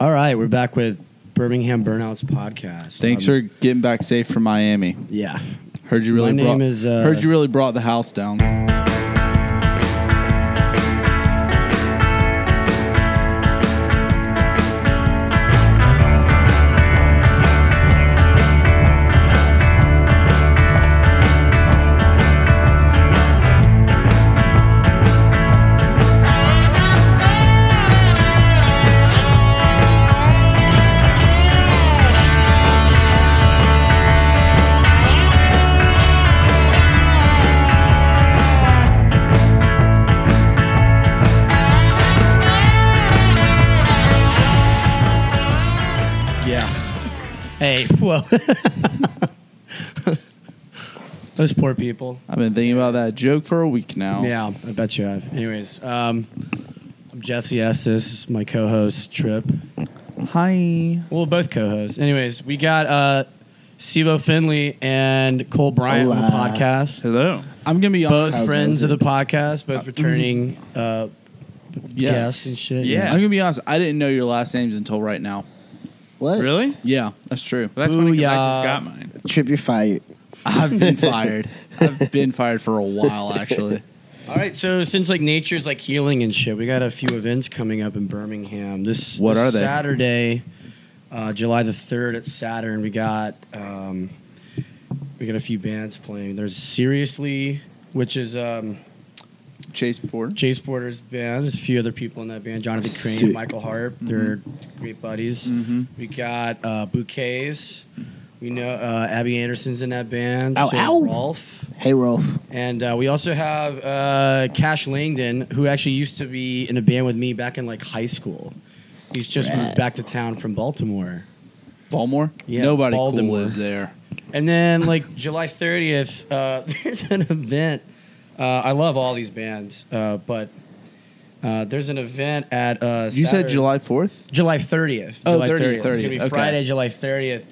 All right, we're back with Birmingham Burnouts podcast. Thanks Um, for getting back safe from Miami. yeah. Heard you really My brought, name is, uh, heard you really brought the house down. Yeah. Hey, well, those poor people. I've been thinking about that joke for a week now. Yeah, I bet you have. Anyways, um, I'm Jesse S. This is my co-host Trip. Hi. Well, both co-hosts. Anyways, we got uh, Sivo Finley and Cole Bryant on the Hola. podcast. Hello. I'm gonna be Both honest. friends of it? the podcast, both returning uh, Yeah. guests and shit. Yeah. I'm gonna be honest. I didn't know your last names until right now. What? Really? Yeah, that's true. Well, that's funny 'cause I Booyah. just got mine. Trip, you're fired. I've been fired. I've been fired for a while actually. All right, so since like nature's like healing and shit, we got a few events coming up in Birmingham. This What this are they? Saturday, uh, July the third at Saturn. We got um, we got a few bands playing. There's seriously, which is um, Chase Porter. Chase Porter's band. There's a few other people in that band: Jonathan Crane, Sick. Michael Harp. They're great buddies. Mhm. We got uh, Bouquets. We know uh, Abby Anderson's in that band. Ow, so ow. Rolf. Hey, Rolf. And uh, we also have uh, Cash Langdon, who actually used to be in a band with me back in like high school. He's just moved Rad. back to town from Baltimore. Baltimore. Yeah, Nobody cool Baltimore. lives there. And then like July 30th, uh, there's an event. Uh, I love all these bands, uh, but uh, there's an event at uh, You said Saturday- July fourth. July 30th. Oh, July 30th, It's going to 30th, be okay. Friday, July 30th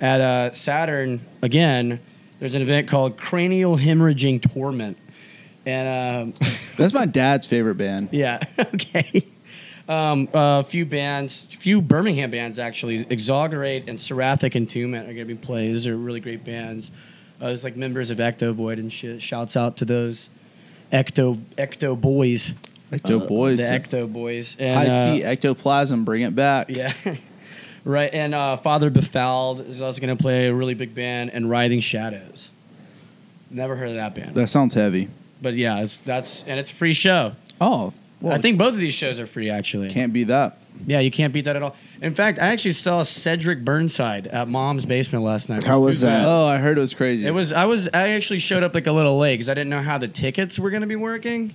at uh, Saturn again. There's an event called Cranial Hemorrhaging Torment. And um, That's my dad's favorite band. Yeah. Okay. Um, a few bands, few Birmingham bands actually, Exaugurate and Seraphic Entombment are going to be playing. Those are really great bands. Uh, there's like members of Ecto Void and shit. Shouts out to those Ecto Ecto Boys, Ecto Boys. Uh, the Ecto Boys. And, I uh, see ectoplasm. Bring it back. Yeah. right. And uh, Father Befouled is also going to play a really big band, and Writhing Shadows. Never heard of that band, That sounds heavy. but yeah, it's that's and it's a free show. Oh, well, I think both of these shows are free actually. can't be that. Yeah, you can't beat that at all. In fact, I actually saw Cedric Burnside at Mom's basement last night. How was that? Oh, I heard it was crazy. It was. I was. I actually showed up like a little late because I didn't know how the tickets were going to be working.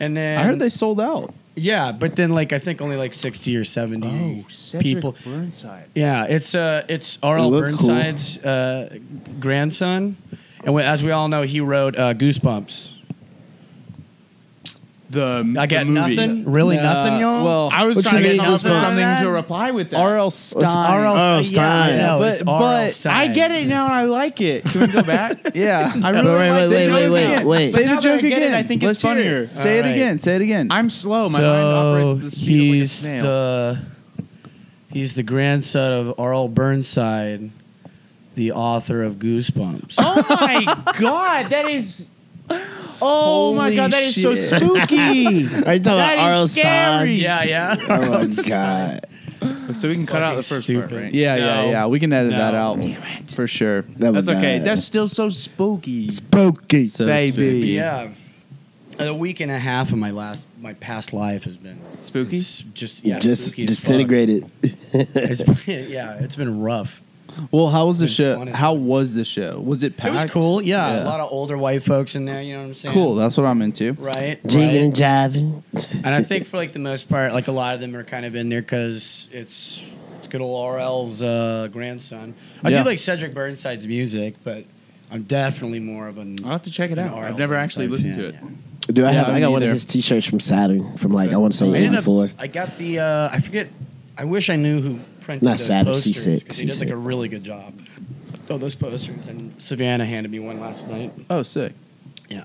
And then I heard they sold out. Yeah, but then like I think only like sixty or Oh. seventy people. Oh, Burnside. Yeah, it's uh, it's R.L. They look cool. Burnside's uh, grandson, and we, as we all know, he wrote uh, Goosebumps. The I got the movie. nothing. Really Nah, nothing, y'all. well, I was What's trying your to name, get nothing, Goosebumps? something to reply with that. R.L. It's R.L. Stein. Uh, Oh, Stein. no, but- it's R.L. but Stein. I get it now and I like it. Can we go back? Yeah. I But really wait, like wait, it. wait, Say it wait, wait, again. wait. Say But the now that I joke get again. It, I think Let's it's hear funnier. it. Say it Alright. again. Say it again. I'm slow. My so mind operates at the speed of like a he's snail. the he's the grandson of Arl Burnside, the author of Goosebumps. oh my god, that is. Oh my Holy god, that is so shit. spooky. Are you talking That about is R.L. Stein? scary. yeah, yeah. Oh, my God. so we can cut out the first Fucking part, right? stupid. yeah, No. yeah, yeah. We can edit No. that out Damn it. for sure. That was That's okay. bad. That's still so spooky. spooky. So Baby. spooky. Yeah. A week and a half of my last my past life has been Spooky? it's Just yeah, Just spooky as fuck. disintegrated. It's been- yeah, it's been rough. Well, how was the It's show? fun as How was the show? Was it packed? It was cool. Yeah, a lot of older white folks in there. You know what I'm saying? cool. That's what I'm into. Right. right. Jigging and jiving. and I think for like the most part, like a lot of them are kind of in there because it's it's good old RL's uh, grandson. I Yeah. do like Cedric Burnside's music, but I'm definitely more of an. I'll have to check it an out. RL I've never actually Burnside listened to it. fan, yeah. Do I Yeah, have? I me got one of neither. his T-shirts from Saturn from like I want to I say ended up- '84. I got the. Uh, I forget. I wish I knew who printed Not those Saturn, posters. C6, 'cause He does like a C6. really good job. Oh, those posters and Savannah handed me one last night. Oh, sick. Yeah.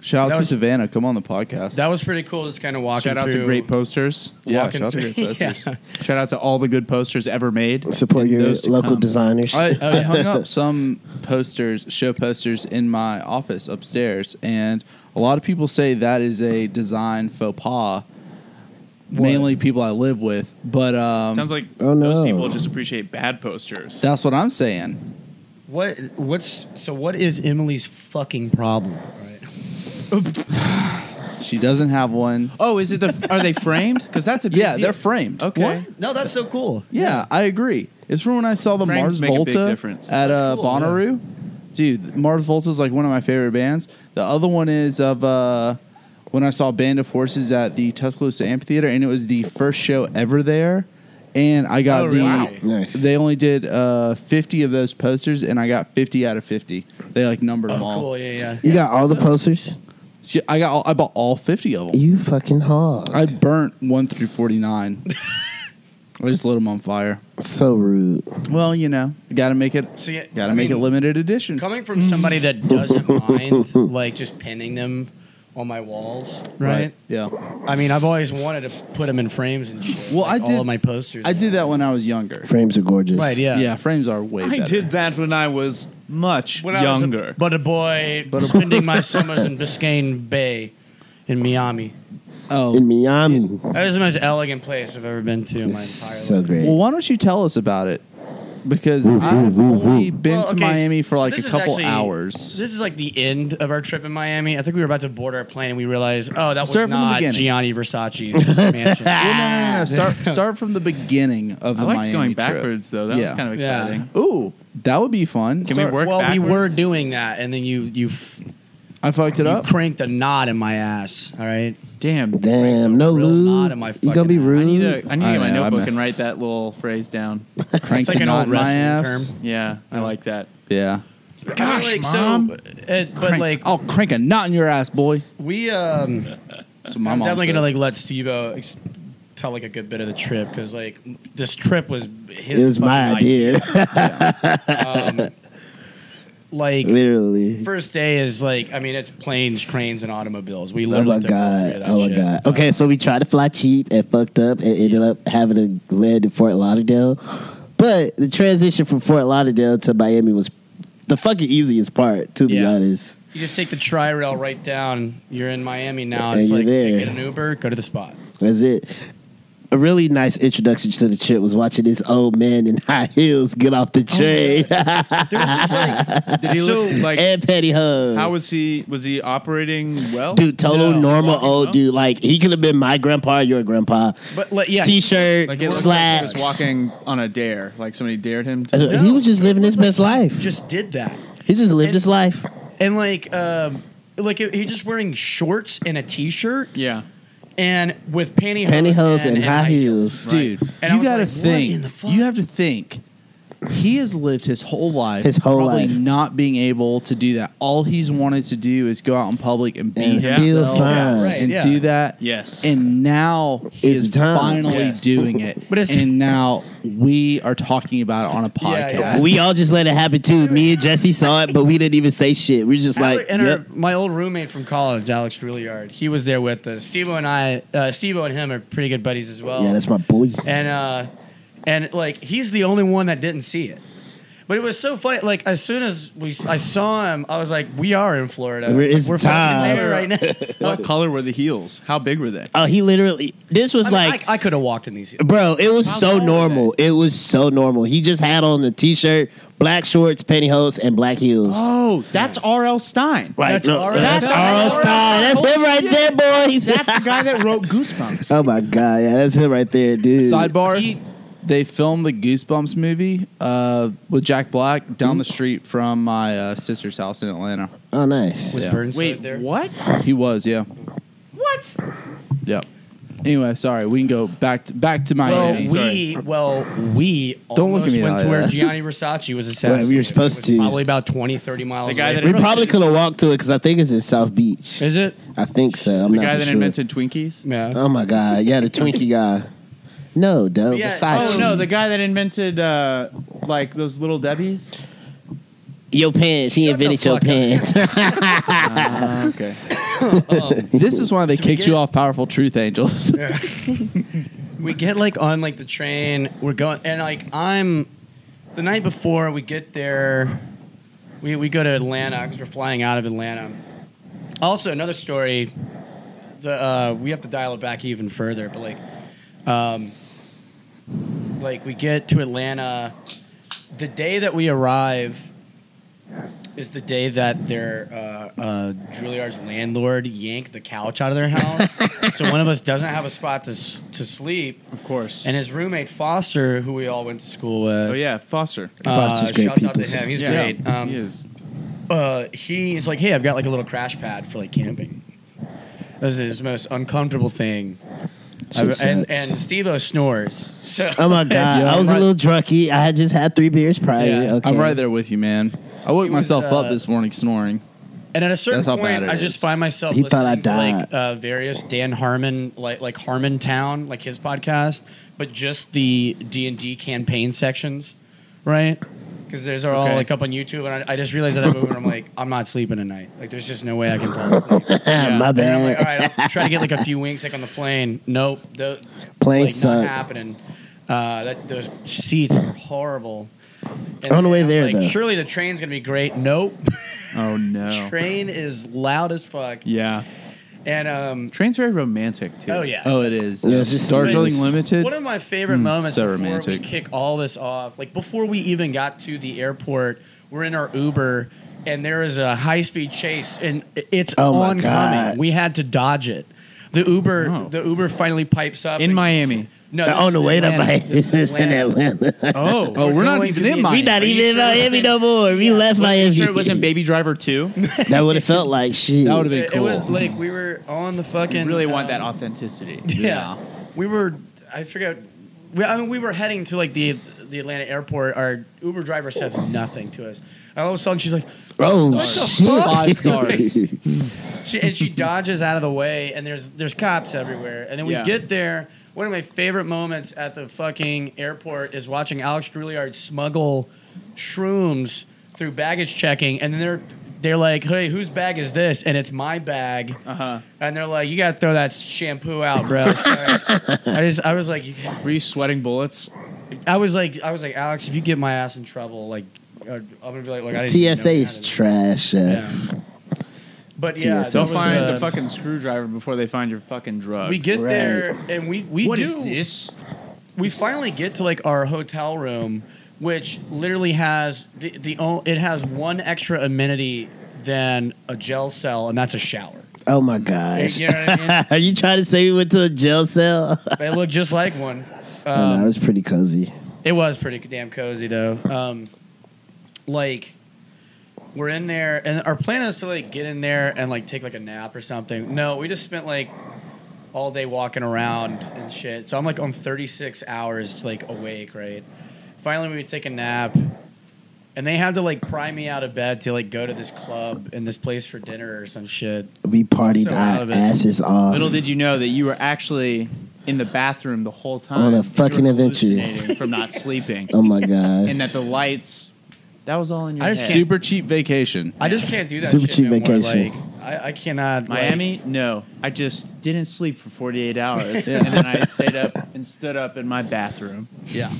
Shout That out to was- Savannah. Come on the podcast. That was pretty cool. Just kind of walking Shout out through. to great posters. yeah, walking shout out to through- great posters. Yeah. Shout out to all the good posters ever made. Support And your those to local come. designers. I, I hung up some posters, show posters in my office upstairs, and a lot of people say that is a design faux pas. Mainly people I live with, but um, Sounds like Oh, no. those people just appreciate bad posters. that's what I'm saying. What? What's so? What is Emily's fucking problem? She doesn't have one. oh, is it the? Are they framed? Because that's a big Yeah, deal. they're framed. okay. No, that's so cool. Yeah, I agree. It's from when I saw the Mars Frames make a big Volta difference. at That's uh, cool, Bonnaroo. Dude, Mars Volta is like one of my favorite bands. The other one is of uh, when I saw Band of Horses at the Tuscaloosa Amphitheater, and it was the first show ever there. And I got Oh, the. really? Wow. nice. They only did uh, 50 of those posters, and I got 50 out of 50. They like numbered Oh, them all. Cool. Yeah, yeah. you got all the posters. So I got all, I bought all 50 of them. You fucking hog. I burnt one through 49. I just lit them on fire. so rude. Well, you know, got to make it So yeah, Got to I make mean, it limited edition. Coming from somebody that doesn't mind like just pinning them on my walls, right? Yeah. I mean, I've always wanted to put them in frames and shit. Well, like I all did- of my posters. I did that when I was younger. Frames are gorgeous. Right. Yeah. Yeah, frames are way I better. did that when I was much When I was a- younger. but a boy, But a- spending my summers in Biscayne Bay, in Miami. Oh. In Miami. That was the most elegant place I've ever been to in my entire So life. great. Well, why don't you tell us about it? Because I've only been Well, to okay, Miami for so like a this is couple actually- hours. This is like the end of our trip in Miami. I think we were about to board our plane and we realized, oh, that was Start from the not beginning. Gianni Versace's mansion. Well, no, no, no, no. Start start from the beginning of I the liked Miami going trip. backwards though. That was Yeah. kind of Yeah. exciting. Ooh, that would be fun. Can Sorry. we work Well, backwards? we were doing that, and then you you, I fucked it you up. cranked a knot in my ass. All right, Damn. Damn, no Real lube. knot in my You gonna be fucking- I I rude? need to. I need to I get my know, I notebook messed- and write that little phrase down. Cranked like a an knot old in my wrestling ass. term. Yeah, I like that. Yeah. Gosh, But, like, Mom. So, uh, but Crank- Oh. like I'll crank a knot in your ass, boy. we, um, That's what my I'm mom definitely said. gonna like let Stevo ex- tell like a good bit of the trip because like m- this trip was his. It was my fucking idea. Um, like Literally. first day is like I mean it's planes, trains, and automobiles. We Oh literally my took all three of god! that Oh my shit. god! Okay, so we tried to fly cheap and fucked up and ended up having to land in Fort Lauderdale. But the transition from Fort Lauderdale to Miami was the fucking easiest part, to be Yeah. honest. You just take the tri rail right down. You're in Miami now. And It's you're like there. get an Uber, go to the spot. That's it. A really nice introduction to the trip was watching this old man in high heels get off Oh, the train There was just like Did he look like? and pantyhose. how was he? Was he operating well? dude? Total No. normal Walking old well? dude. Like he could have been my grandpa, or your grandpa. but like yeah, T-shirt, Like it looks like slacks. he Uh, was walking on a dare. Like somebody dared him to. he was just living his best life. just did that. He just lived And- his life. And like um like he he's just wearing shorts and a t-shirt Yeah. and with pantyhose, Pantyhose and, high heels. dude. And I you was got to like, what in think. the fuck? You have to think. He has lived his whole life, His whole probably life. not being able to do that. All he's wanted to do is go out in public and be And Yeah. feel himself fine. Yeah, right. and do that. Yes. And now he It's is time. finally Yes. doing it. But it's- and now we are talking about it on a Yeah, podcast. yeah. We all just let it happen too. Me and Jesse saw it, but we didn't even say shit. We were just like, and yep. our, my old roommate from college, Alex Drilliard, he was there with us. Steve and I, uh, Steve and him are pretty good buddies as well. yeah, that's my boy. and uh, and like he's the only one that didn't see it. But it was so funny. Like as soon as we, I saw him, I was like, "We are in Florida. We're- it's fucking time." there right now." What color were the heels? How big were they? Oh, he literally. This was I, like, like, I, could have walked in these. bro, it was How so tall were normal. It was so normal. He just had on a t-shirt, black shorts, pantyhose, and black heels. Oh, that's R.L. Stein. like, that's no, R.L. that's Stein. R.L. Stein. That's him right there, boys. the guy that wrote Goosebumps. oh my god, yeah, that's him right there, dude. Sidebar: They filmed the Goosebumps movie uh, with Jack Black down the Mm-hmm. street from my uh, sister's house in Atlanta. Oh, nice. Was Yeah. Burnside Wait, there? what? He was, yeah. What? Yep. Anyway, sorry. We can go back to, back to Well, Miami. we well we Don't look at almost me went like to where that. Gianni Versace was assassinated. Right, we were It supposed was to. probably about 20, 30 miles. The guy away that from we us. probably could have walked to it because I think it's in South Beach. is it? I think so. I'm The not guy for that sure. invented Twinkies? Uh, Yeah. Oh my god, yeah, the Twinkie guy. No, though. Yeah, Versace. oh, no, guy that invented uh, like those little Debbie's. your pants. He Shut the invented your fuck pants. okay. this is why they So we kicked get- you off Powerful Truth Angels. we get like on like the train. We're going and like I'm the night before we get there. We we go to Atlanta because we're flying out of Atlanta. Also, another story. The, uh, we have to dial it back even further, but like, um, like we get to Atlanta. The day that we arrive is the day that their uh, uh, Juilliard's landlord yanked the couch out of their house. so one of us doesn't have a spot to s- to sleep. Of course. And his roommate Foster, who we all went to school with. oh yeah, Foster. Uh, Foster's great shouts out to peoples. him. He's Yeah. great. Um, he is. Uh, he is like, hey, I've got like a little crash pad for like camping. This is his most uncomfortable thing. She I've- and and sucks. Steve-O snores. So Oh my god, I was a Right. little drunky. I had just had three beers prior. Yeah, okay. I'm right there with you, man. I woke He was, myself uh, up this morning snoring. And at a certain That's how bad point, it I just is. find myself He listening thought I to died. like uh, various Dan Harmon, like like Harmon Town, like his podcast, but just the D and D campaign sections, right? Because those are all Okay. like up on YouTube, and I, I just realized that I'm over. and I'm like, I'm not sleeping tonight. Like, there's just no way I can fall asleep. Yeah. my And I'm like, all bad. right, I'll try to get like a few winks like on the plane. Nope, the, Plane like, not suck. happening. Uh, that those seats are horrible. And On the way I'm there, like, though. surely the train's gonna be great. Nope. Oh no. Train is loud as fuck. Yeah. And um, Train's very romantic too. oh yeah. Oh, it is. Yeah, it's just- Darjeeling it's- Limited. One of my favorite Mm, moments so before romantic. we kick all this off, like before we even got to the airport, we're in our Uber and there is a high speed chase and it's Oh my oncoming. God. We had to dodge it. The Uber, Oh. the Uber finally pipes up In and- Miami. No, this On the is way to Atlanta. Miami, This is it's in Atlanta. Atlanta. Oh. Oh, we're not going even to the- in We Miami. not Are you even in sure it Miami wasn't- no more. We left I'm Miami. sure it wasn't Baby Driver 2. that would have felt like shit. That would've been It, it was cool. like we were on the You fucking. really um, want that authenticity. Yeah. We were, I forget, we, I mean, we were heading to like the the Atlanta airport. Our Uber driver says nothing to us. And all of a sudden she's like, Oh Five shit! stars. she, and she dodges out of the way, and there's there's cops everywhere. And then we Yeah. get there. One of my favorite moments at the fucking airport is watching Alex Drouillard smuggle shrooms through baggage checking, and then they're they're like, "Hey, whose bag is this?" And it's my bag. Uh huh. And they're like, "You gotta throw that shampoo out, bro." Sorry. I just I was like, you, Were you sweating bullets? I was like, I was like, Alex, if you get my ass in trouble, like, uh, I'm gonna be like, like, I didn't even know TSA we is had it. trash. uh, Yeah. But yeah, TSA. that They'll was, find uh, the fucking screwdriver before they find your fucking drugs. We get Right. there and we we What do is this? we finally get to like our hotel room, which literally has the the o- it has one extra amenity than a gel cell, and that's a shower. Oh my gosh. You know what I Are you trying to say we went to a jail cell? They look just like one. oh, no, Um, it was pretty cozy. It was pretty damn cozy though. Um, like we're in there, and our plan is to like get in there and like take like a nap or something. No, we just spent like all day walking around and shit. So I'm like on 36 hours like awake, right? Finally, we take a nap, and they had to like pry me out of bed to like go to this club and this place for dinner or some shit. We partied So out of our it. asses off. Little did you know that you were actually in the bathroom the whole time. On a You were fucking adventure. hallucinating From not sleeping. oh my gosh. and that the lights, that was all in your I just head. Super cheap vacation. I just can't do that. Super shit cheap no more. vacation. Like, I, I cannot. like- Miami? No. I just didn't sleep for 48 hours. And then I stayed up and stood up in my bathroom. Yeah.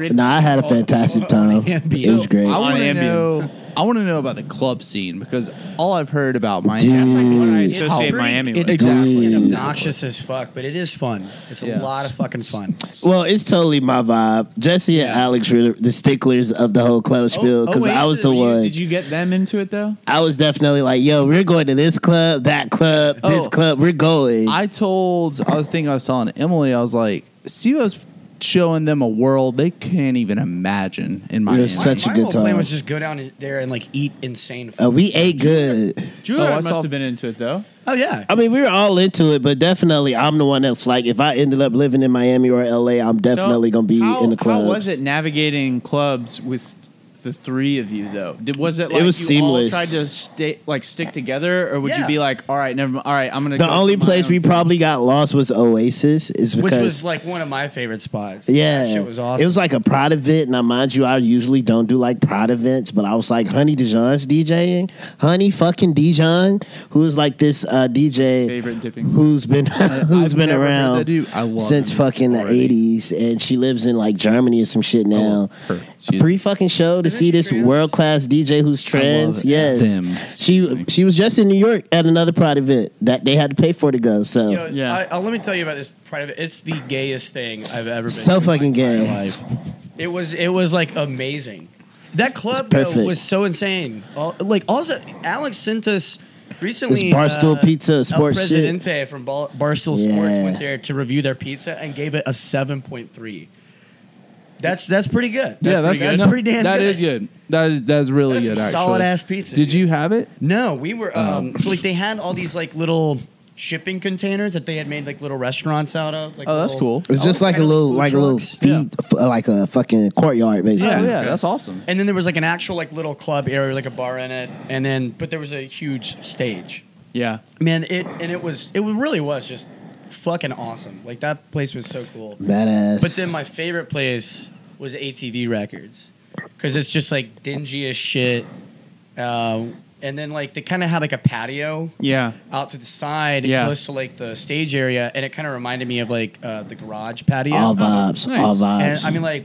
no, I had a fantastic time. It was great. I On want to Ambien. know. I want to know about the club scene because all I've heard about Miami. That's like what I Dude. It's associate pretty- Miami with. It's Exactly. fucking Dude. obnoxious as fuck, but it is fun. It's Yeah. a lot of fucking fun. Well, it's totally my vibe. Jesse and Yeah. Alex were the sticklers of the whole club spiel because I was the Did you- one. Did you get them into it though? I was definitely like, "Yo, we're going to this club, that club, this Oh. club. We're going." I told. I was thinking. I was telling Emily. I was like, Siva's showing them a world they can't even imagine in Miami. There's such a my good whole plan time. was just go down in- there and like eat insane food. Uh, we ate good. Juilliard I must saw- have been into it though. Oh yeah, I mean, we were all into it, but definitely, I'm the one that's like, if I ended up living in Miami or LA, I'm definitely So, gonna be how- in the How clubs. was it navigating clubs with the three of you though? Did was it like was you all seamless. tried to stay like stick together, or would you Yeah. be like, all right, never, mi- all right, I'm gonna. The go only for my place own we thing." probably got lost was Oasis, is which because was like one of my favorite spots. yeah, that shit was awesome. It was like a prod event. Now, mind you, I usually don't do like prod events, but I was like, Honey Dijon's DJing. Honey fucking Dijon, who is like this uh, DJ favorite dipping. who's been who's I've been never heard around that dude. I love since him fucking already. Oh, the 80s and she lives in like Germany or some shit now. her. She's- Free fucking show to Isn't see she this trans? world class DJ who's trans. Yes. them. She she was just in New York at another pride event that they had to pay for to go. So You know, Yeah. I, I'll- let me tell you about this private. It's the gayest thing I've ever been. So to in my fucking gay. entire life. It was. It was like amazing. That club perfect. though, was so insane. All, like also, Alex sent us it's recently. Barstool uh, Pizza sports El shit. Presidente from Bar- Barstool Sports Yeah. went there to review their pizza and gave it a seven point three. That's that's pretty good. yeah, pretty that's, good. no, That's pretty damn That good. is good. That is that is really That's good. some Actually, solid ass pizza, Did dude. you have it? No, we were um, Oh. so like they had all these like little shipping containers that they had made like little restaurants out of. Like Oh, that's little- cool. It's just like a Kind of little food like a little trucks. feed f- like a fucking courtyard basically. Oh, Yeah. yeah, Okay. that's awesome. And then there was like an actual like little club area, like a bar in it, and then but there was a huge stage. Yeah, Man, it and it was it really was just fucking awesome. Like that place was so cool. Badass. But then my favorite place was ATV Records because it's just like dingy as shit. Uh, and then like they kind of had like a patio yeah. out to the side, Yeah. close to like the stage area, and it kind of reminded me of like uh, the garage patio. all vibes, nice. all vibes. uh, And I mean, like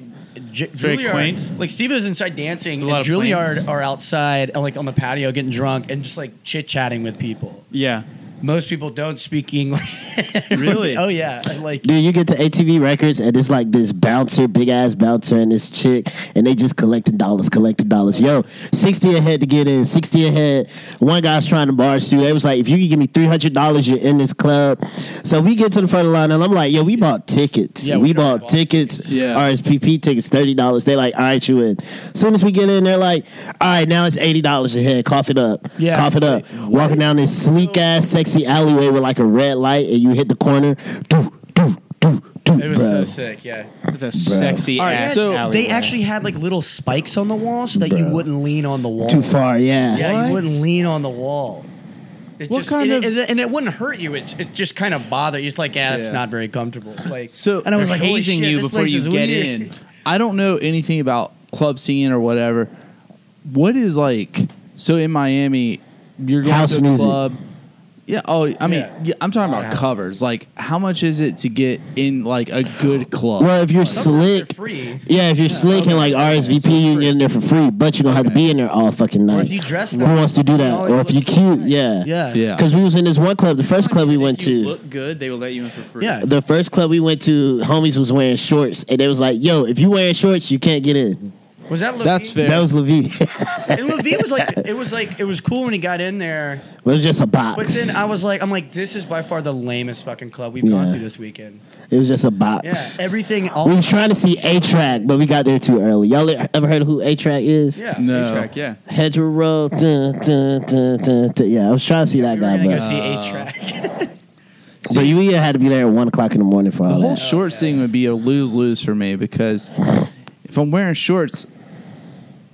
J- Very Juilliard, quaint. like Steve is inside dancing, There's a and lot of Juilliard planes. are outside, uh, like on the patio, getting drunk and just like chit chatting with people. Yeah. Most people don't speak English. Really? oh yeah, and, like Dude, you get to ATV Records and it's like this bouncer, big ass bouncer, and this chick, and they just collecting dollars, collecting dollars. Yo, sixty ahead to get in, sixty ahead. One guy's trying to barge through. They was like, if you can give me three hundred dollars, you're in this club. So we get to the front of the line, and I'm like, yo, we bought tickets. Yeah, we, we bought bought tickets. Yeah. RSPP tickets, thirty dollars. They like, all right, you in. Soon as we get in, they're like, all right, now it's eighty dollars ahead. Cough it up. Yeah. Cough it up. Walking down this sleek ass, sexy alleyway with like a red light, and you hit the corner. Doo, doo, doo, doo, it was bruh. so sick. Yeah. It's a sexy All right, ass. so alleyway. they actually had like little spikes on the wall so that you Bruh. wouldn't lean on the wall. Too far, yeah. Yeah, What? you wouldn't lean on the wall. It What just, kind and, of- it, and it wouldn't hurt you. It, it just kind of bothered you. It's like, yeah, it's Yeah. not very comfortable. Like, So- and I was They're like, holy hazing shit, you this before place you is get weird. in. I don't know anything about club scene or whatever. What is like so in Miami? You're going House to a music. club. Yeah. Oh, I mean, Yeah. yeah, I'm talking about Yeah. covers. Like, how much is it to get in like a good club? Well, if you're Sometimes they're slick, free. yeah, if you're slick and like RSVP, you can get in there for free, but you're gonna have to be in there all fucking night. Or if you dress Who nice. wants to do that? Always Or if you look cute, nice. yeah, Yeah. yeah. Because we was in this one club, the first club we went if you to. look good, they will let you in for free. Yeah. The first club we went to, homies was wearing shorts, and they was like, "Yo, if you wearing shorts, you can't get in." Was that Levine? That's fair. That was Levine. And Levine was like, it was like, it was cool when he got in there. it was just a box. But then I was like, I'm like, this is by far the lamest fucking club we've Yeah. gone to this weekend. it was just a box. Yeah. Everything, all We was trying to see A Track, but we got there too early. Y'all ever heard of who A Track is? Yeah. no. Track, yeah. Hedgerow. Dun, dun, dun, dun, dun. Yeah, I was trying to see that We were guy, gonna go but, see a track. but you either had to be there at one o'clock in the morning for The all whole that. short Okay. thing would be a lose lose for me because if I'm wearing shorts,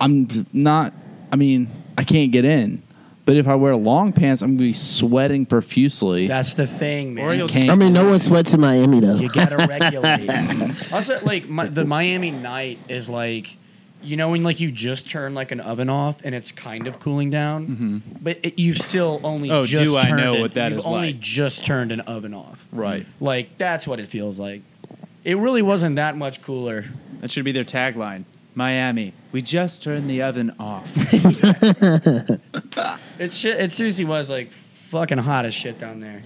I'm not. I mean, I can't get in. But if I wear long pants, I'm gonna be sweating profusely. That's the thing, man. Or you'll Can't- I mean, no one sweats in Miami though. You gotta regulate. also, like my, the Miami night is like, you know, when like you just turn like an oven off and it's kind of cooling down, but it, you've still only Mm-hmm. Oh, just do I turned know it- what that you've is only like. just turned an oven off. right. Like that's what it feels like. It really wasn't that much cooler. That should be their tagline. Miami, we just turned the oven off. It shit, it seriously was like fucking hot as shit down there.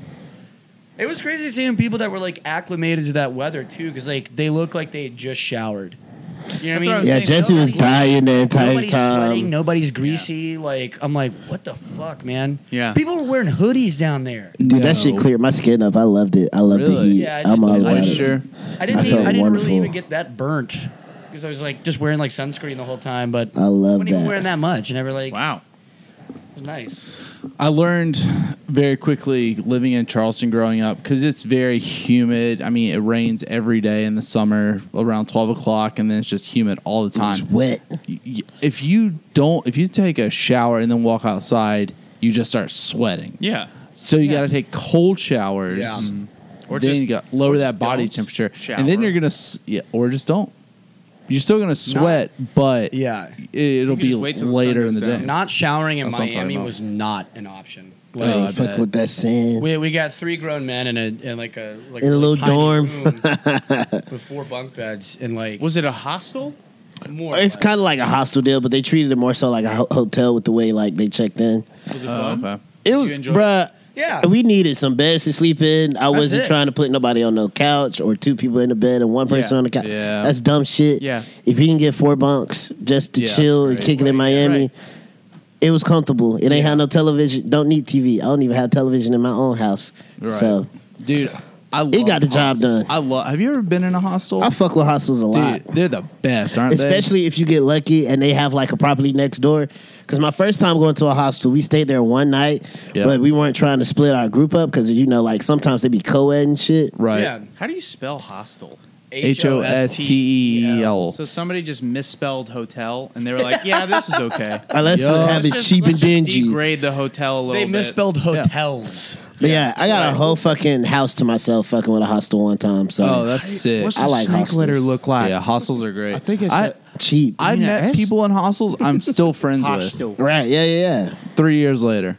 It was crazy seeing people that were like acclimated to that weather too, because like they look like they had just showered. You know what I That's mean? what I was yeah, saying, Jesse was nobody's- dying the entire nobody's time. sweating, nobody's greasy. Like I'm like, what the fuck, man? Yeah. people were wearing hoodies down there. Dude, that shit No. cleared my skin up. I loved it. I loved the Really? heat. Yeah, I I'm did all too. about I it. Moisture. I didn't, even, I felt I didn't wonderful. really even get that burnt because I was like just wearing like sunscreen the whole time, but I I love wasn't even that. wearing that much, and I were like, Wow. it was nice. I learned very quickly living in Charleston growing up because it's very humid. I mean, it rains every day in the summer around 12 o'clock, and then it's just humid all the time. It's wet. Y- y- If you don't, if you take a shower and then walk outside, you just start sweating. Yeah. So you got to take cold showers. Yeah. Mm. Or then just- you got lower or that just body don't temperature, shower. and then you're gonna s- yeah, or just don't. You're still gonna sweat, but Yeah. it, will You can be just wait till the sun later in goes the down. day. Not showering in That's what I'm talking Miami about. was not an option. Oh, I I ain't fuck bet. with that sand. We, we got three grown men in a in like a like In a little tiny dorm. room with four bunk beds and like Was it a hostel? more. or It's less. kind of like a hostel deal, but they treated it more so like a ho- hotel with the way like they checked in. Was it Uh-huh. Oh, fun? okay. It was, you enjoy bruh. yeah. We needed some beds to sleep in. I wasn't it. trying to put nobody on no couch or two people in the bed and one person Yeah. on the couch. Yeah. That's dumb shit. Yeah. If you can get four bunks just to Yeah, chill and right, kick it in right, yeah, Miami, right. it was comfortable. It ain't have no television. Don't need TV. I don't even have television in my own house. Right. So dude. I love got the job hostels. done. I love. Have you ever been in a hostel? I fuck with hostels a lot. Dude, they're the best, aren't they? Especially if you get lucky and they have like a property next door. Because my first time going to a hostel, we stayed there one night, Yeah. but we weren't trying to split our group up because you know, like sometimes they be co-ed and shit. right? Yeah. How do you spell hostel? H O S T E E L. So somebody just misspelled hotel, and they were like, "Yeah, this is okay." Unless Yo. you have Let's it just- cheap and let's just dingy. Degrade the hotel a little They bit. misspelled Yeah. hotels. But yeah, I got a whole fucking house to myself fucking with a hostel one time. So Oh, that's sick. What's I the like snake hostels. letter look like? yeah, hostels are great. I think it's I, a- cheap. I've Yeah, met it's- people in hostels I'm still friends with Hostel. right, yeah, yeah, yeah. three years later.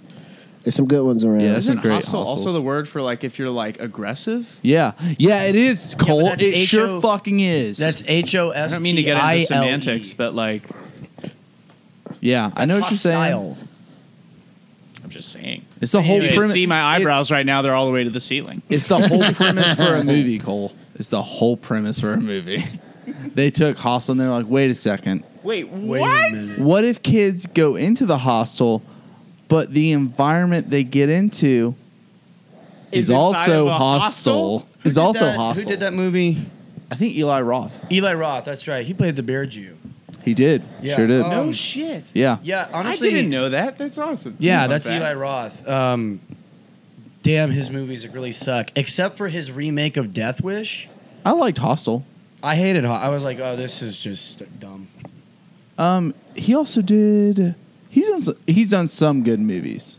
There's some good ones around. Yeah, that's- Isn't some great hostel also hostels. the word for like if you're like aggressive? Yeah, yeah, it is Cole. that's it sure H-O- fucking is. That's H O I S. don't mean to get into E. semantics, but like yeah. I know what you're saying. hostile. I'm just saying. It's the whole You can premise. see my eyebrows right now; they're all the way to the ceiling. It's the whole premise for a movie, Cole. It's the whole premise for a movie. they took hostel and they're like, wait a second. Wait, Wait what? a minute. What if kids go into the hostel, but the environment they get into Is is, inside also of a hostile? hostel? Who Is did also that- hostile. Who did that movie? I think Eli Roth. Eli Roth. That's right. He played the Bear Jew. He did. Yeah. Sure did. Oh. No Um, shit. Yeah. Yeah, honestly, I didn't know that. That's awesome. Yeah, Fun that's fact. Eli Roth. Um, damn, his movies really suck. Except for his remake of Death Wish, I liked Hostel. I hated. Ho- I was like, oh, this is just dumb. Um, he also did. He's done, s- he's done some good movies.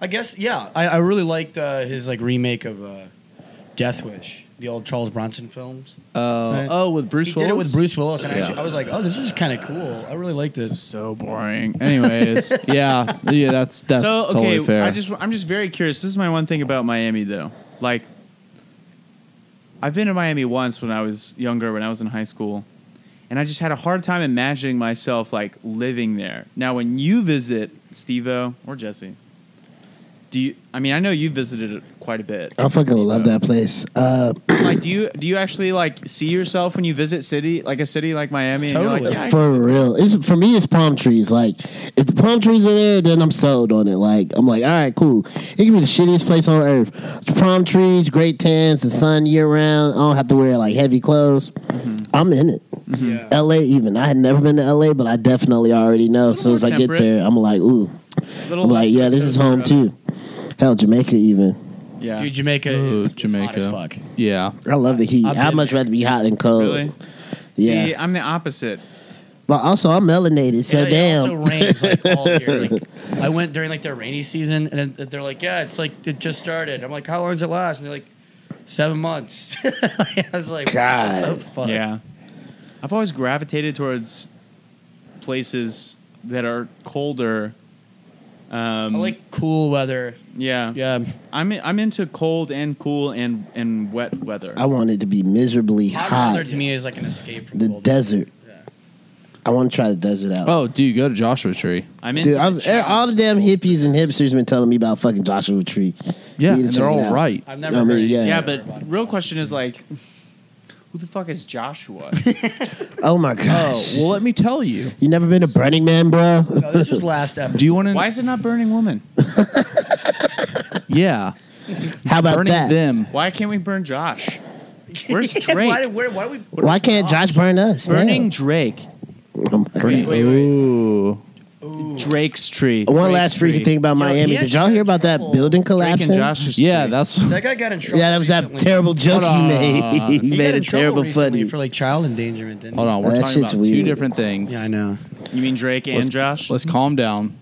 I guess yeah. I, I really liked uh, his like remake of uh, Death Wish, the old Charles Bronson films. Uh, Right. Oh, with Bruce he Willis. did it with Bruce Willis, and I Yeah. actually, I was like, oh, this is kind of cool. I really liked it. So boring. Anyways, yeah, yeah, that's that's so okay, totally fair. I just I'm just very curious. This is my one thing about Miami though. Like I've been to Miami once when I was younger, when I was in high school, and I just had a hard time imagining myself like living there. Now when you visit Stevo or Jesse, do you I mean I know you visited it quite a bit. I fucking love that place. Uh, like do you do you actually like see yourself when you visit city like a city like Miami and you're Totally. like, Oh, yeah, I- for real, it's for me. It's palm trees. Like if the palm trees are there, then I'm sold on it. Like I'm like, all right, cool. It can be the shittiest place on earth. It's palm trees, great tans, the sun year round. I don't have to wear like heavy clothes. I'm in it. Mm-hmm. Yeah. L.A. Even I had never been to L.A., but I definitely already know. As soon as I get temperate. there, I'm like, ooh. little I'm like, less yeah, this is coast home road. too. Hell, Jamaica even. Yeah. Dude, Jamaica Ooh, is is hot as Jamaica. fuck. yeah, I love the heat. I've I'd been much there. rather be hot than cold. Really? Yeah, See, I'm the opposite. but also I'm melanated, so it, It damn. also rains like all year. Like, I went during like their rainy season, and then they're like, "Yeah, it's like it just started." I'm like, "How long does it last?" And they're like, seven months." I was like, God. what the fuck?" Yeah. I've always gravitated towards places that are colder. Um, I like cool weather. yeah. Yeah, I'm I'm into cold and cool and and wet weather. I want it to be miserably hot, hot. weather to me is like an escape from The cold desert. Yeah. I want to try the desert out. Oh, dude, go to Joshua Tree. I'm into Dude, the I've, challenge. all the damn hippies and hipsters been telling me about fucking Joshua Tree. Yeah, Need to and check they're it all out. right. I've never I mean, heard. yeah. Yeah, yeah, but real question is like, who the fuck is Joshua? Oh my gosh. Oh, well, let me tell you. you never been to Burning Man, bro? no, this was last episode. Do you want to? Why is it not Burning Woman? Yeah, How about burning that? them. Why can't we burn Josh? Where's Drake? why, where, why do we? Why can't Josh burn us? Burning Burning. Drake. Damn. Oh my Burning. God. Wait, wait, wait. Ooh, Drake's tree. One Drake's last freaky tree. thing about Yo, he Miami. actually Did y'all hear about that trouble. building Drake and collapsing? Josh's Yeah, tree. that's That guy got in trouble. Yeah, that was that recently. terrible joke Hold he made. on. he, He made got a in trouble terrible recently funny. for like child endangerment. Didn't hold he? on. We're That talking about shit's two weird. different things. Yeah, I know. you mean Drake and Let's- Josh? Let's calm down.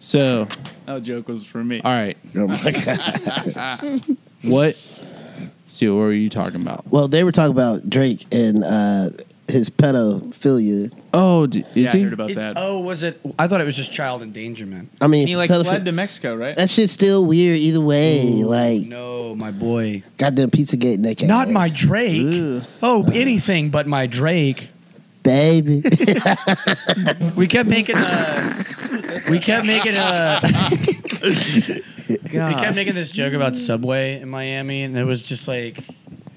So, That joke was for me. all right, Oh my God. what? See, what were you talking about? Well, they were talking about Drake and uh, his pedophilia. Oh, d- is yeah, he? I heard about It- that. oh, was it? I thought it was just child endangerment. I mean, he like pedophi- fled to Mexico, right? Eh, that shit's still weird either way. like, No, my boy. goddamn Pizzagate naked. Not my Drake. Oh, anything but my Drake. baby. We kept making uh we kept making uh we kept making this joke about Subway in Miami, and it was just like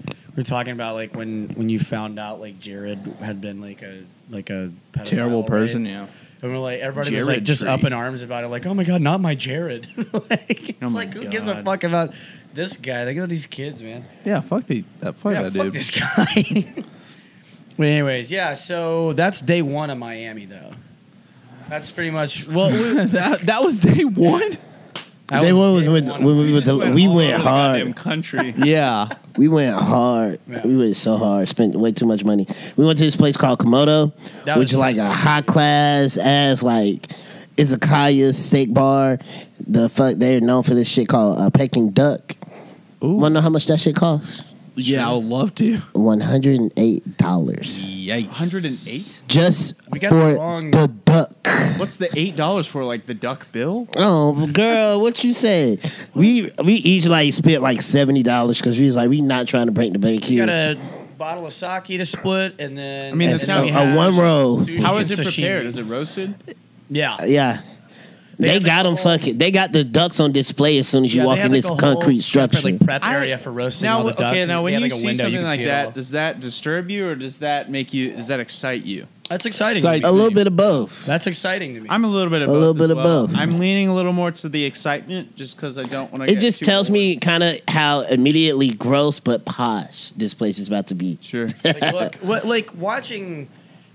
we were talking about like when when you found out like Jared had been like a like a pedophile, Terrible right? person. Yeah. and we're like everybody was Jared like just Tree. up in arms about it, like oh my god, not my Jared. like, it's Oh my like who gives a God. fuck about this guy? Think about these kids, man. Yeah. Fuck the that. Fuck yeah, that fuck dude. this guy. but anyways, yeah. So that's day one of Miami, though. That's pretty much well. We, that, that was day one. That Day one was day when- one. when we went just to- we all went over the hard. goddamn country. Yeah. we went hard. Yeah. We went so hard. Spent way too much money. We went to this place called Komodo, That was which is like a nice. high class ass like izakaya steak bar. The fuck they're known for this shit called uh, Peking duck. Ooh. Wanna know how much that shit costs? Yeah, I would love to. One hundred and eight dollars Yikes. 108? just We for got the wrong- the duck. What's the eight dollars for? Like the duck bill? Oh, girl, what you say? We we each like spent like seventy dollars because we was like we not trying to break the bank You here. got a bottle of sake to split, and then I mean, and that's then how we it- had a one roll. sushi How and is it sashimi. prepared? Is it roasted? Yeah, Yeah. They They, had, like, got a 'em got them whole- fucking. They got the ducks on display as soon as you Yeah, walk they had, in like, this a whole concrete separate, structure. like prep I- area for roasting all Now, the ducks. okay, and now they when had, you like, a see window, something you could like see it all. that, does that disturb you or does that make you? Does that excite you? that's exciting. Sight- to a me. little bit of both. That's exciting to me. I'm a little bit of A both little as bit of well. both. I'm leaning a little more to the excitement just because I don't want to. It just tells me kind of how immediately gross but posh this place is about to be. Sure. like, look, what, like watching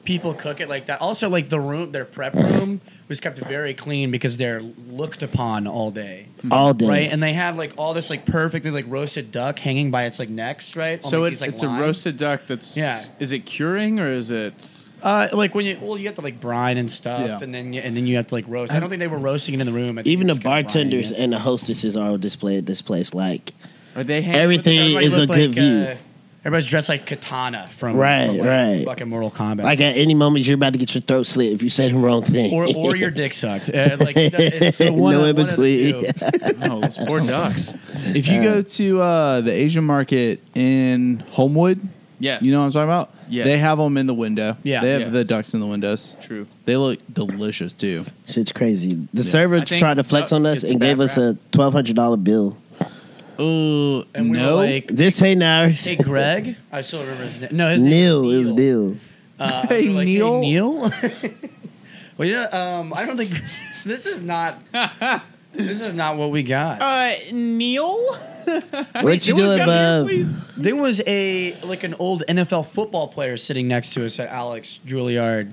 people cook it like that. Also, like the room, their prep room was kept very clean because they're looked upon all day, All day. Mm-hmm. right? And they had like all this like perfectly like roasted duck hanging by its like necks, right? Oh, On, so like, it's these, Oh, like, it's a lines. roasted duck. That's Yeah. Is it curing or is it? Uh, like when you well, you have to like brine and stuff, Yeah. and then you, and then you have to like roast. I don't think they were roasting it in the room. I think Even they the just kinda bartenders brining it. and the hostesses are on display at this place. Like Are they hanging everything Everybody is a looked good like, view. uh, everybody's dressed like katana from Right, from, like, right. Fucking Mortal Kombat. like at any moment you're about to get your throat slit if you say the wrong thing. or or your dick sucked. Uh, like it's one No of- in one of the between. two. Oh, those poor ducks. If you go to uh, the Asian market in Homewood, Yes. you know what I'm talking about? Yes. They have them in the window. Yeah. They have Yes. the ducks in the windows. True. They look delicious too. Shit's crazy. The server I think tried to flex that on us gets a and bad gave us a twelve hundred dollar bill. Oh, And we no. were like, This ain't ours. "Hey, Greg." I still remember his name. No, his name Neil, Was it was Neil. Uh, Hey, we were like, Neil." Hey, Neil. well, you know, um, I don't think this is not. This is not what we got. Uh, Neil. What you doing, bub? There was a like an old NFL football player sitting next to us that Alex Juilliard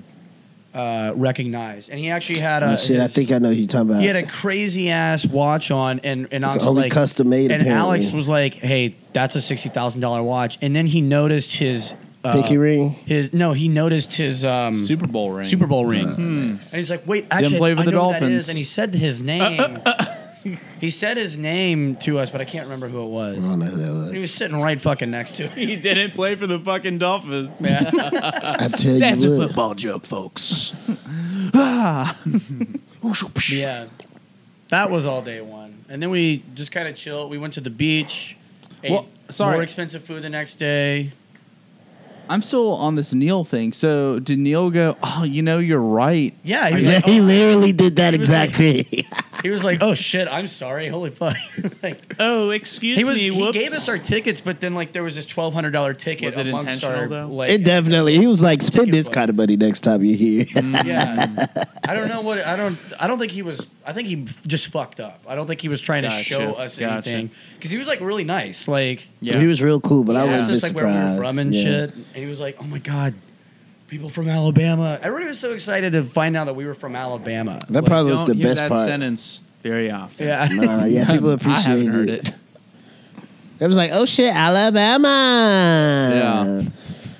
uh, recognized, and he actually had a Oh, shit, I his- think I know who you're talking about. he had a crazy ass watch on, and and I it's was only like, custom made. and apparently. Alex was like, "Hey, that's a sixty thousand dollar watch," and then he noticed his uh, pinky ring. His no, he noticed his um, Super, Super Bowl ring. Mm-hmm. Bowl ring, and he's like, "Wait, actually, play for I the know what that Dolphins. is." And he said his name. he said his name to us, but I can't remember who it I was. don't know who that was. He was sitting right fucking next to He us. didn't play for the fucking Dolphins. Yeah. I tell you what. football joke, folks. yeah. That was all day one. And then we just kind of chilled. We went to the beach. Ate Well, sorry. More expensive food the next day. I'm still on this Neil thing. So did Neil go, oh, you know, you're right. Yeah, he was, Yeah, like, he oh, literally did that He was exact thing. he was like, oh shit, I'm sorry. Holy fuck. like, Oh, excuse he was me. he gave us our tickets, but then like there was this twelve hundred dollar ticket. Was it amongst intentional, our, though? Like, It definitely. He was like, spend Ticket this book. kind of money next time you're Mm, here. yeah. I don't know what I don't I don't think he was I think he just fucked up. I don't think he was trying to Gotcha, show us gotcha. anything cuz he was like really nice. Like Yeah. He was real cool, but I He asked was a bit us like where we surprised. were from and Yeah. shit, and he was like, "Oh my god, people from Alabama. Everybody was so excited to find out that we were from Alabama. That probably was don't the hear best that part. sentence very often. Yeah. Nah, yeah, I people haven't appreciated heard it. it. It was like, oh shit, Alabama. Yeah.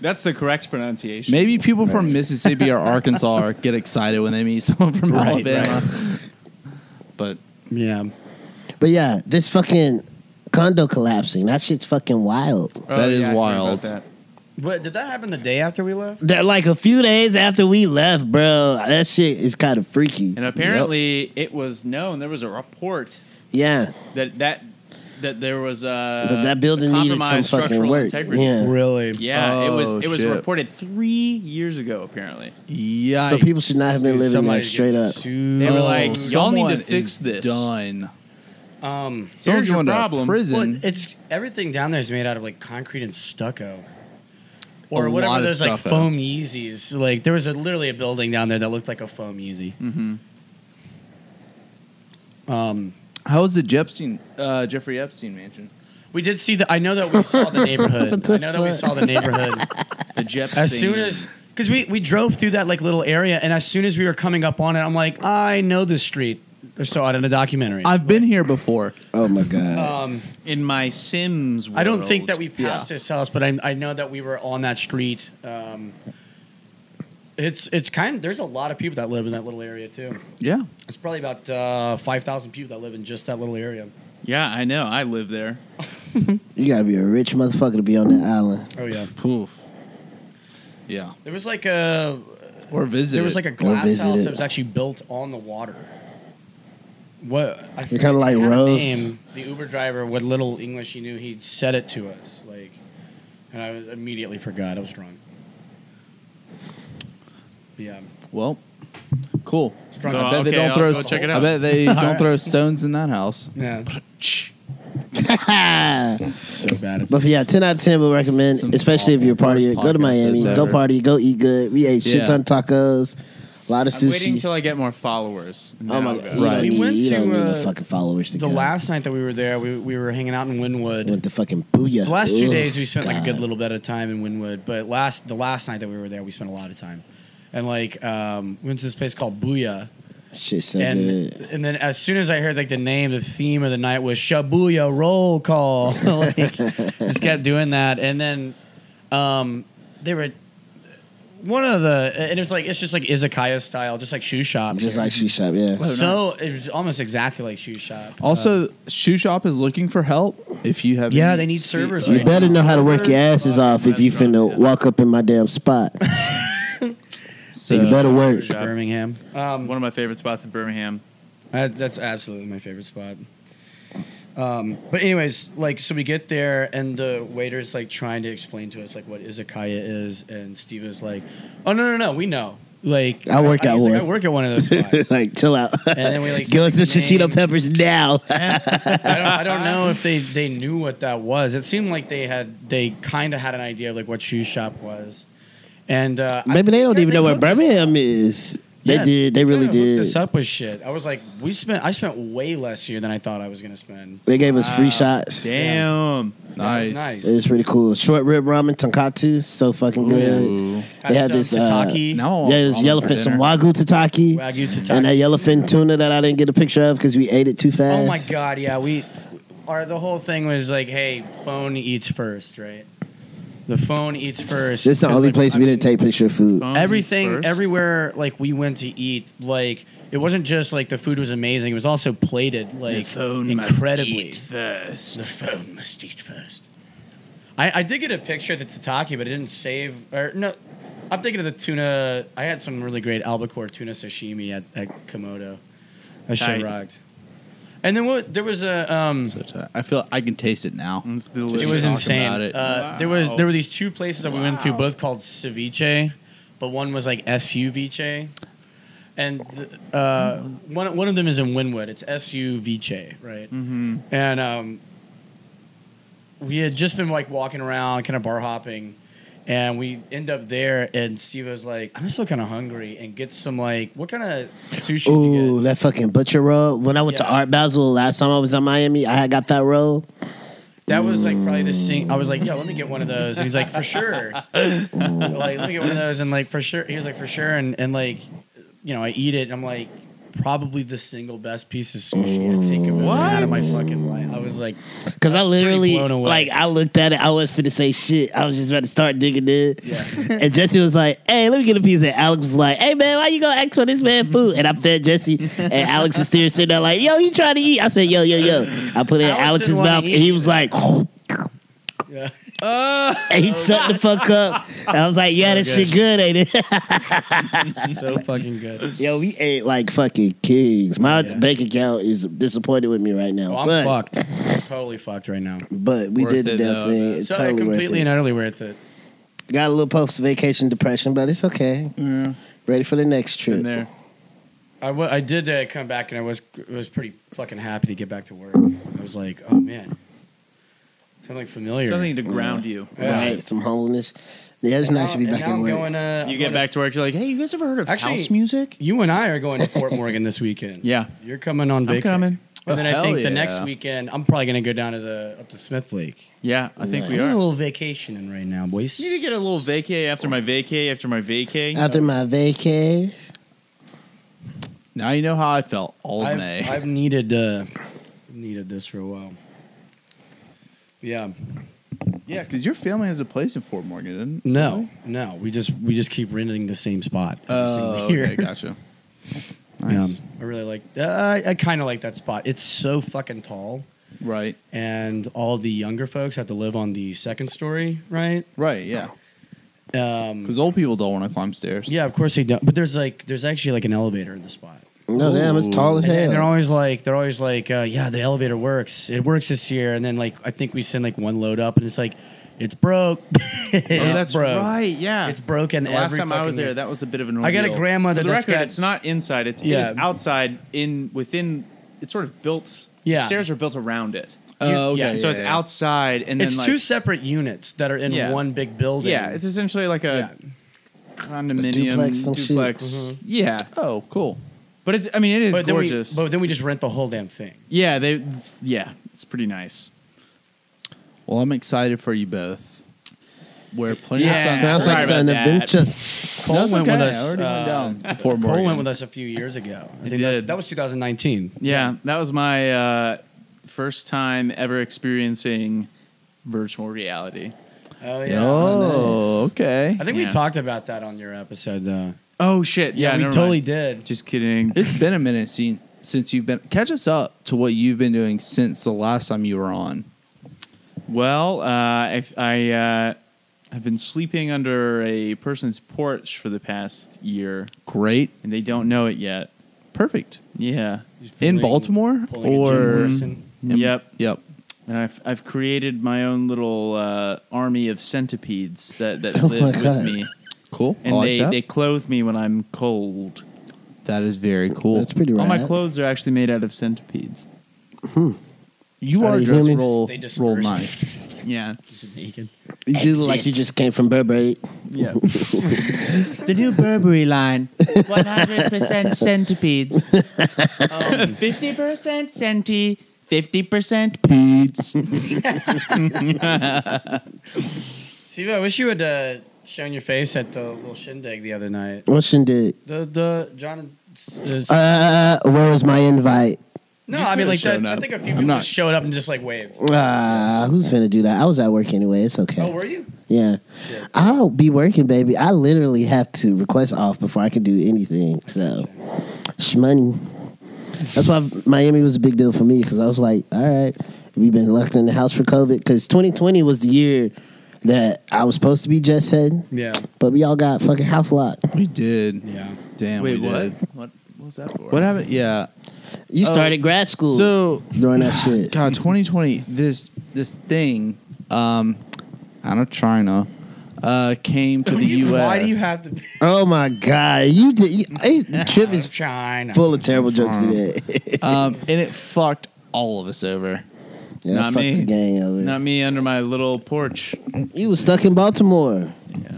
That's the correct pronunciation. Maybe people from Mississippi or Arkansas are- get excited when they meet someone from Right, Alabama. But Yeah. But yeah, this fucking condo collapsing. That shit's fucking wild. Oh, that is yeah, I heard wild. about that. But did that happen the day after we left? That like a few days after we left, bro. That shit is kind of freaky. And apparently, it was known. There was a report Yeah, that that that there was a That- that building needed some compromised fucking structural work. Integrity. Yeah. Really? Yeah, it Oh, was it was shit. reported three years ago. Apparently, yeah. so people should not have been Dude, living there somebody's straight getting up. sued. They were like, Um, y'all need to fix this. Oh, Done. um, Someone's your going to problem. prison. well, it's everything down there is made out of like concrete and stucco. Or A lot whatever of those like stucco. foam Yeezys. Like there was a, literally a building down there that looked like a foam Yeezy. mm-hmm. Um, How was the Jepstein, uh, Jeffrey Epstein mansion? we did see the. I know that we saw the neighborhood. the I know that we fuck? saw the neighborhood. the Jeps. as thing. soon as because we, we drove through that like little area and as soon as we were coming up on it i'm like i know this street i saw it in a documentary I've been here before. Oh my god. um, in my Sims, world, i don't think that we Yeah. passed this house but I, I know that we were on that street um, it's it's kind there's a lot of people that live in that little area too Yeah. it's probably about uh, 5000 people that live in just that little area Yeah, I know. I live there. you gotta be a rich motherfucker to be on that island. oh yeah Poof. Yeah. there was like a Or visit. there was like a Go glass visit house it. that was actually built on the water. What I You're kinda like it had a Rose. name. The Uber driver, what little English he knew, he said it to us. Like, and I was- immediately forgot. I was drunk. Yeah, well, cool. Strong- So, I bet they okay, don't I'll throw. go check it I out. bet they don't right. throw stones in that house. yeah, so bad. But for yeah, ten out of ten would recommend, Some especially if you're a awful party. worst Go to podcast Miami, ever. go party, go eat good. We ate Yeah. shit ton of tacos, a lot of I'm sushi. waiting until I get more followers. and Oh then my I'll god, go. you Right. don't We need, went you to, don't need uh, the fucking followers to The go. last night that we were there, we we were hanging out in Wynwood. went to fucking booyah. The last two Ugh, days we spent like a good God. little bit of time in Wynwood, but last the last night that we were there, we spent a lot of time, and like um, went to this place called Booyah. Shit so and good. and then as soon as I heard like the name, the theme of the night was Shabuya roll call. like just kept doing that, and then um, they were one of the and it's like it's just like izakaya style, just like shoe shop. Just like shoe shop, yeah. so it was almost exactly like shoe shop. Uh, Also, Shoe Shop is looking for help. If you have, Yeah, any they need spe- servers You right better know how to work your asses off if you finna walk up in my damn spot. So, You better work. Shop. Birmingham. Um, One of my favorite spots in Birmingham. That, that's absolutely my favorite spot. Um, but anyways, like so we get there and the waiter's like trying to explain to us like what izakaya is, and Steve is like, "Oh no no no, we know. Like I work at he's like, one." I work at one of those spots. like, chill out. And then we, like, Give us the see the shishito name. peppers now. I, don't, I don't know if they they knew what that was. It seemed like they had they kind of had an idea of like what shoe shop was, and uh, I Maybe they think don't that even know where looked us up. Birmingham is. They Yeah, did. They really kinda hooked did. us up with shit. I was like, we spent. I spent way less here than I thought I was gonna spend. They gave us free Wow. shots. Damn. That nice. was nice. It's pretty cool. Short rib ramen, tonkatsu, so fucking good. Ooh. I They had some this, uh, tataki. Now I want Yeah, there's ramen for yellowfin, some dinner. wagyu tataki, Oh, Wagyu tataki. and that yellowfin tuna that I didn't get a picture of because we ate it too fast. Oh my god, yeah, we our the whole thing was like, hey, phone eats first, right? The phone eats first. This is the 'Cause, only like, place I we mean, didn't take picture of food. Phone Everything, first. everywhere, like we went to eat, like it wasn't just like the food was amazing; it was also plated like incredibly. first. The phone must eat first. I, I did get a picture of the tataki, but it didn't save. Or no, I'm thinking of the tuna. I had some really great albacore tuna sashimi at, at Komodo. That shit Tight. rocked. And then what? There was a. Um, So tight. I feel I can taste it now. It's it delicious. was talk insane. about it. Uh, there was Wow. there were these two places that we went to, Wow. both called ceviche, but one was like suviche, and uh, one one of them is in Winwood. It's suviche, right? Hmm. Mm-hmm. and um, we had just been like walking around, kind of bar hopping, and we end up there. And Steve was like, "I'm still kind of hungry," and gets some like, "What kind of sushi?" do Ooh, you that fucking butcher roll. When I went to Yeah. Art Basel last time I was in Miami, I had got that roll. That was like probably the sing. I was like, "Yo, let me get one of those." And he's like, "For sure." like, let me get one of those, and like for sure, he was like, "For sure," and and like, you know, I eat it. and I'm like, probably the single best piece of sushi I think I've ever had in my fucking life. I was like, Because I literally, blown away. like, I looked at it. I was finna say shit. I was just about to start digging in. Yeah. and Jesse was like, hey, let me get a piece. And Alex was like, hey, man, why you gonna ask for this man food? And I fed Jesse. And Alex is still sitting there like, yo, he trying to eat. I said, yo, yo, yo. I put it in Alex Alex's didn't wanna mouth. And he was like, yeah. Ah! and he shut the fuck up. And I was like, yeah, So that good. shit good, ain't it? so fucking good. yo, we ate like fucking kings. My Yeah. bank account is disappointed with me right now. Oh, I'm but, fucked. I'm totally fucked right now. But we Worth did the it, damn though. thing. It's So I totally worth completely it. and utterly worth it. Got a little post vacation depression, but it's okay. Yeah. Ready for the next trip. in there. I wa- I did uh, come back and I was was pretty fucking happy to get back to work. I was like, oh man, something familiar. Something to ground you. Yeah. Right, some holiness. Yeah, it's nice to be And back now in I'm work. going, uh, I'm You get going back to work, you're like, hey, you guys ever heard of Actually- house music? You and I are going to Fort Morgan this weekend. Yeah. you're coming on I'm vacation. coming. And then Oh, I think hell the next yeah. weekend I'm probably going to go down to the up to Smith Lake. Yeah, I think we I'm are. a little vacationing right now, boys. need to get a little vacay after my vacay after my vacay. After my vacay, Now you know how I felt all I've, May. I've needed uh, needed this for a while. Yeah. yeah, because your family has a place in Fort Morgan, didn't No, no. We just we just keep renting the same spot every Oh, single year. okay, gotcha. Nice. Um, I really like. Uh, I, I kind of like that spot. It's so fucking tall, Right. and all the younger folks have to live on the second story, right? Right. Yeah. Um, Because old people don't want to climb stairs. yeah, of course they don't. But there's like there's actually like an elevator in the spot. no damn, it's tall as And, and they're hell. always like they're always like uh, yeah, the elevator works. It works this year, and then like I think we send like one load up, and it's like it's broke. it's Oh, that's broke. right. Yeah. It's broken. The last every time I was fucking there, year. that was a bit of an. I got a ordeal. grandmother For the that's record, got- it's not inside. It's Yeah. it is outside in within. It's sort of built. Yeah. Stairs are built around it. Oh, You- okay, Yeah. So yeah, it's yeah. outside, and then it's like, two separate units that are in Yeah. one big building. Yeah, it's essentially like a condominium duplex, some shit. Mm-hmm. duplex. Mhm. Yeah, Oh, cool. but it, I mean it is but then, we, gorgeous. but then we just rent the whole damn thing. yeah, they. It's, yeah, it's pretty nice. Well, I'm excited for you both. We're plenty Yeah. of sun. Sounds like Sorry about some that. adventurous. Cole That's went okay. with us. uh, I already went down to Fort Cole Morgan. went with us a few years ago. I He think that, did. that was 2019. Yeah, that was my uh, first time ever experiencing virtual reality. Oh yeah. Oh, okay. I think we Yeah. talked about that on your episode. Though. Oh shit! Yeah, we never totally mind. did. Just kidding. It's been a minute since since you've been. Catch us up to what you've been doing since the last time you were on. Well, uh, I, I uh, have been sleeping under a person's porch for the past year, Great. and they don't know it yet. Perfect. Yeah. In Baltimore pulling a Jim or Morrison. in- Yep. Yep. And I've, I've created my own little uh, army of centipedes that, that Oh my live God. with me. Cool. And I like they, that. they clothe me when I'm cold. that is very cool. That's pretty All rad. my clothes are actually made out of centipedes. you Are are they dressed human? roll, They disperse. roll nice. Yeah. Just naked. You do look like you just came from Burberry. Yeah. the new Burberry line 100% centipedes. 50% centi, 50% Steve, I wish you had uh, shown your face at the little shindig the other night. What she did? The the John. and s- uh, s- Uh, where was my invite? no, you I mean could've like that. shown I up. think a few I'm people not- just showed up and just like waved. Ah, who's gonna do that? I was at work anyway. It's okay. Oh, were you? Yeah, Shit. I'll be working, baby. I literally have to request off before I can do anything. So, shmoney. That's why Miami was a big deal for me because I was like, all right, we've been locked in the house for COVID because 2020 was the year that I was supposed to be jet setting, Yeah. but we all got fucking house locked. We did. Yeah. Damn. Wait, we what? Did. What what was that for? What happened? Yeah. You Oh, started grad school So during that shit. God, 2020, this this thing um, out of China uh, came to What the do you- U.S. uh, Why do you have to be Oh my god, you did. You, hey, the trip out of is China? full of terrible jokes today. um, and it fucked all of us over. yeah, Not fuck me. the gang over. Not me under my little porch. You was stuck in Baltimore Yeah.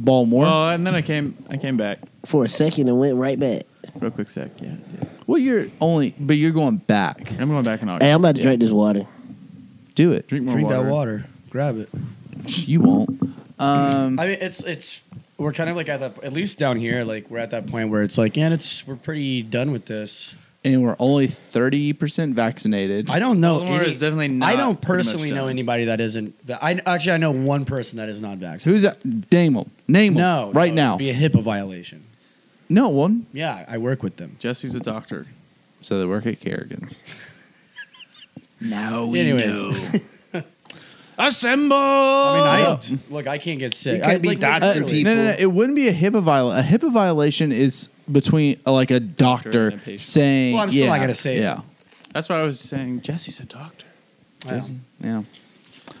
Balmore. Well, and then I came I came back for a second and went right back. real quick sec. Yeah. yeah. well, you're only, but you're going back. And I'm going back in August. Hey, I'm about to drink this water. Do it. Drink more Drink water. that water. Grab it. You won't. Um, I mean, it's it's we're kind of like at that at least down here, like we're at that point where it's like, yeah, it's we're pretty done with this. and we're only thirty percent vaccinated. I don't know. Baltimore any- is definitely not I don't pretty much personally know done. anybody that isn't. that- I actually I know one person that is not vaccinated. Who's that? Name them. Name 'em No, right no, now. it'd be a HIPAA violation. no one. Yeah, I work with them. Jesse's a doctor. So they work at Kerrigan's. Oh, No. Anyways, Assemble. I mean, I Oh. look, I can't get sick. You can't I, be doxing literally- people. No, no, no. It wouldn't be a HIPAA violation. A HIPAA violation is between uh, like a doctor and a patient. saying. Well, I'm still yeah, not gonna say it. Yeah. That's why I was saying Jesse's a doctor. I, don't- Yeah.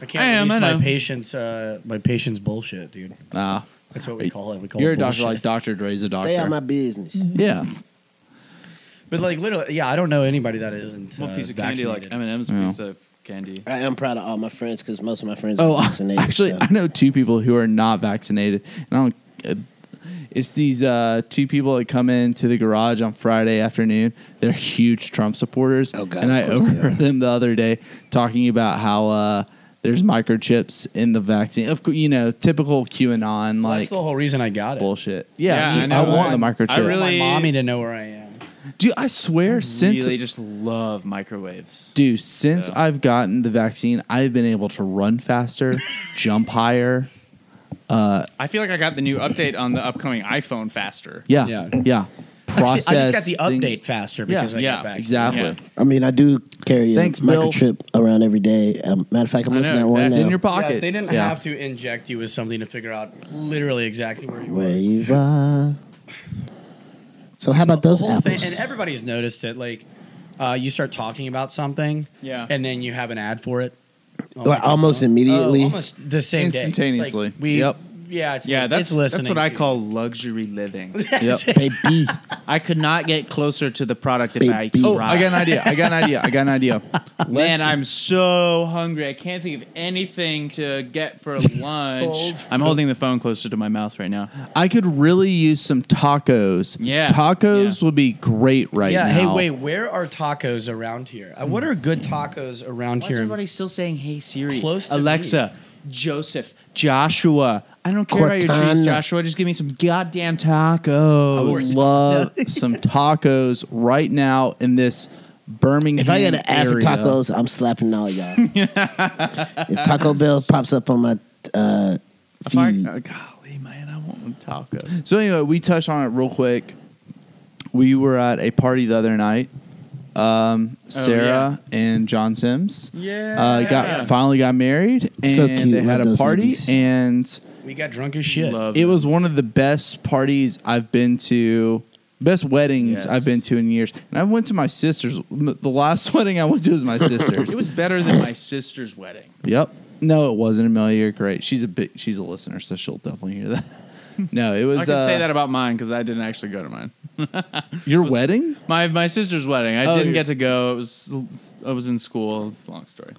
I I am, can't I release my know. patients. Uh, my patients bullshit, dude. Ah, That's what we call it. We call you're it a doctor bullshit. like Doctor Dre's a doctor. Stay out of my business. yeah. But like literally, yeah, I don't know anybody that isn't. One uh, piece of candy, like vaccinated. M and M's Yeah. piece of candy. I am proud of all my friends because most of my friends are Oh, vaccinated. actually, so. I know two people who are not vaccinated, and I don't. Uh, it's these uh, two people that come into the garage on Friday afternoon. They're huge Trump supporters, Oh, God, and I of course they are. overheard them the other day talking about how uh, there's microchips in the vaccine. Of cou- you know, typical QAnon Well, like that's the whole reason I got it. bullshit. Yeah, Yeah, I, mean, I I, know. want the I- I microchip. I want really- my mommy to know where I am. dude, I swear, since really just love microwaves. Dude, since Yeah. I've gotten the vaccine, I've been able to run faster, jump higher. I feel like I got the new update on the upcoming iPhone faster. Yeah, Yeah. yeah, Process. I just got the thing- update faster because I yeah, got back. Exactly. Yeah. I mean, I do carry a Thanks, Bill. microchip around every day. Um, matter of fact, I'm I looking know, at one It's exactly. now. in your pocket. Yeah, they didn't Yeah. have to inject you with something to figure out literally exactly where you Where were. you are. So how about those The whole apples? thing- and everybody's noticed it. Like, uh, you start talking about something, Yeah. and then you have an ad for it. Oh my Like, God. almost immediately. Oh, almost the same day. It's like Instantaneously. we, Yep. Yeah, it's, yeah, it's that's listening. that's what I to call luxury living. Yep. Baby. I could not get closer to the product if Big I beat. tried. Oh, I got an idea. I got an idea. I got an idea. Man, I'm so hungry. I can't think of anything to get for lunch. Old. I'm holding the phone closer to my mouth right now. I could really use some tacos. Yeah. Tacos Yeah. would be great right yeah. now. Hey, wait. Where are tacos around here? Uh, what are good tacos around Why is here? everybody still saying "Hey Siri"? Close to Alexa, Joseph, Joshua. I don't care about your Cortana. trees, Joshua. Just give me some goddamn tacos. I would love some tacos right now in this Birmingham. If I get an ad for area. tacos, I'm slapping all y'all. if Taco Bell pops up on my uh, If I- feed, oh, golly, man, I want tacos. So anyway, we touched on it real quick. We were at a party the other night. Um, Sarah and John Sims Oh, Yeah. uh, got finally got married, and So cute. they had Love a those party, movies. and we got drunk as shit. Love it them. was one of the best parties I've been to. Best weddings Yes. I've been to in years, and I went to my sister's. M- The last wedding I went to was my sister's. It was better than my sister's wedding. Yep. No, it wasn't Amelia. You're Great. She's a bit. She's a listener, so she'll definitely hear that. No, it was. I could uh, say that about mine because I didn't actually go to mine. your wedding. My my sister's wedding. I Oh, didn't your- get to go. It was I was in school. It's a long story.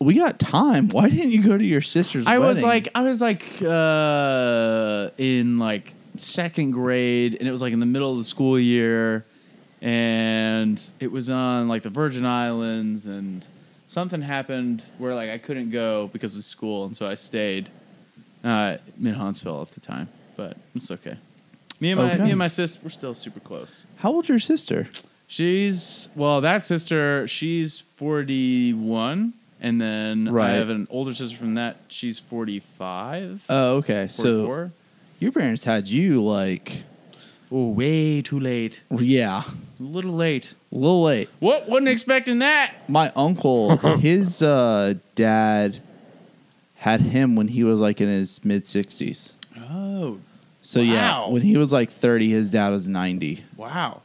we got time. Why didn't you go to your sister's I was wedding? like I was like uh, in like second grade, and it was like in the middle of the school year, and it was on like the Virgin Islands, and something happened where like I couldn't go because of school, and so I stayed uh, in Huntsville at the time, but it's okay. Me and my Okay. me and my sister we're still super close. how old's your sister? She's well, that sister, she's forty one, and then Right. I have an older sister from that. She's forty five. Oh, okay. So 44. your parents had you like, oh, way too late, yeah, a little late. a little late. What? wasn't expecting that. My uncle, his uh, dad, had him when he was like in his mid sixties. Oh, So yeah, Wow. when he was like thirty, his dad was ninety. wow,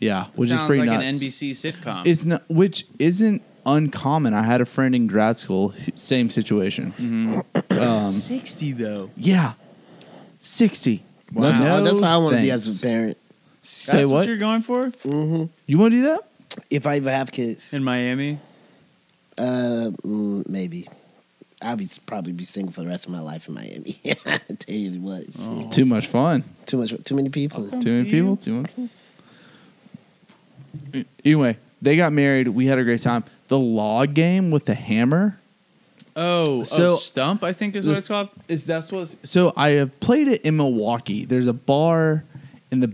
Yeah, which Sounds is pretty like nuts. an NBC sitcom. It's not, which isn't uncommon. I had a friend in grad school, who- same situation. Mm. Um, sixty though. yeah, sixty. that's, No that's how I want to be as thanks. a parent. Say That's what? what? you're going for hmm You want to do that? If I even have kids, in Miami? uh, mm, maybe. I'll be probably be single for the rest of my life in Miami. I tell you what, shit. Oh. Too much fun. too much, too many people. Too many see people. you. Too much. Anyway, they got married. We had a great time. the log game with the hammer. Oh, So- oh, stump. I think is what it's called. Is that's what? It's, So I have played it in Milwaukee. There's a bar in the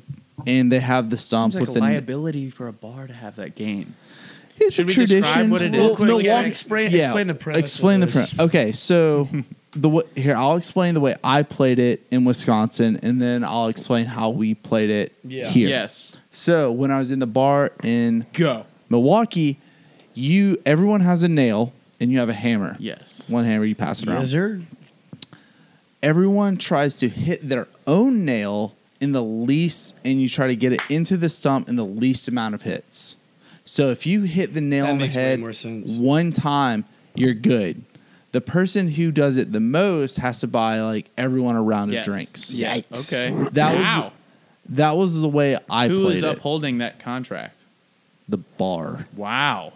and they have the stump seems like with a the liability for a bar to have that game. It's a Should we tradition. describe what it is? Well, Real quick, Milwaukee- yeah, explain- explain the premise Explain of the this. premise. Okay, so the wa- here I'll explain the way I played it in Wisconsin, and then I'll explain how we played it Yeah. here. Yes. So when I was in the bar in Go. Milwaukee, you everyone has a nail and you have a hammer. Yes. One hammer you pass it around. Wizard? everyone tries to hit their own nail in the least, and you try to get it into the stump in the least amount of hits. So if you hit the nail That on the makes way head more sense. one time, you're good. The person who does it the most has to buy like everyone a round Yes. of drinks. Yeah. Yikes. Okay. That was- wow. That was the way I Who played is it. upholding that contract? The bar. Wow.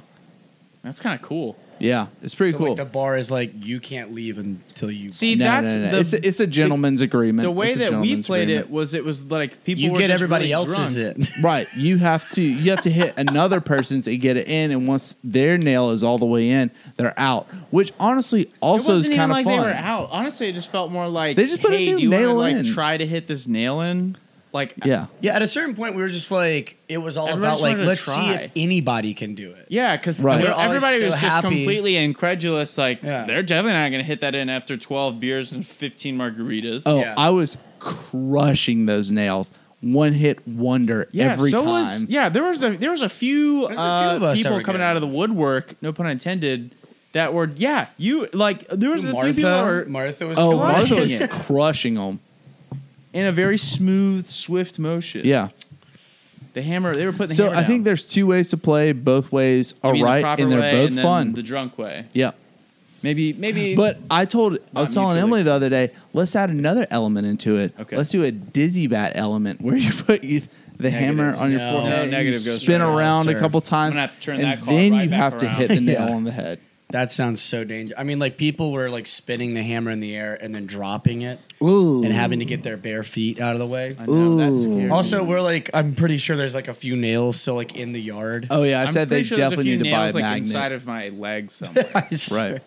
That's kind of cool. Yeah, it's pretty So, cool. Like the bar is like you can't leave until you. See, no, that's no, no, no. the it's, a, it's a gentleman's agreement. the way It's a that we gentleman's played agreement. it was it was like people you were get just everybody really else's drunk. it. Right. You have to you have to hit another person's and get it in, and once their nail is all the way in, they're out. Which honestly also it is wasn't kind even of like fun. they were out. Honestly, it just felt more like They just put a hey, new do you wanna, nail Like in. try to hit this nail in. Like Yeah. Yeah, at a certain point, we were just like, it was all Everyone just about like, wanted to let's see try. if anybody can do it. Yeah, because Right. They're always everybody so was just happy. completely incredulous. Like, Yeah. they're definitely not going to hit that in after 12 beers and 15 margaritas. Oh, Yeah. I was crushing those nails. One hit wonder yeah, every so time. Was, yeah, there was a there was a few, There's a few uh, of us that people were coming good. out of the woodwork. No pun intended. That were yeah, you like there was a few people that Martha, were Martha was. oh, Oh, Martha crushing was it. crushing them. in a very smooth, swift motion. Yeah. the hammer. They were putting. The So hammer I think down. there's two ways to play. Both ways I are mean, the right, proper and way they're both and then fun. The drunk way. yeah. Maybe maybe. But I told I was Not telling mutually Emily the other day, let's add another element into it. Okay. Let's do a dizzy bat element where you put you, the hammer on your No. forehead, No, and negative you goes spin right around, around a sir. couple times, I'm gonna have to turn and that call then right you back have to around. hit the nail Yeah. on the head. that sounds so dangerous. I mean, like people were like spinning the hammer in the air and then dropping it Ooh. and having to get their bare feet out of the way. I know, that's Ooh. scary. Also, we're like, I'm pretty sure there's like a few nails still like in the yard. Oh yeah, I I'm said they pretty sure there's definitely a few need to buy nails, a like magnet, inside of my leg somewhere. right?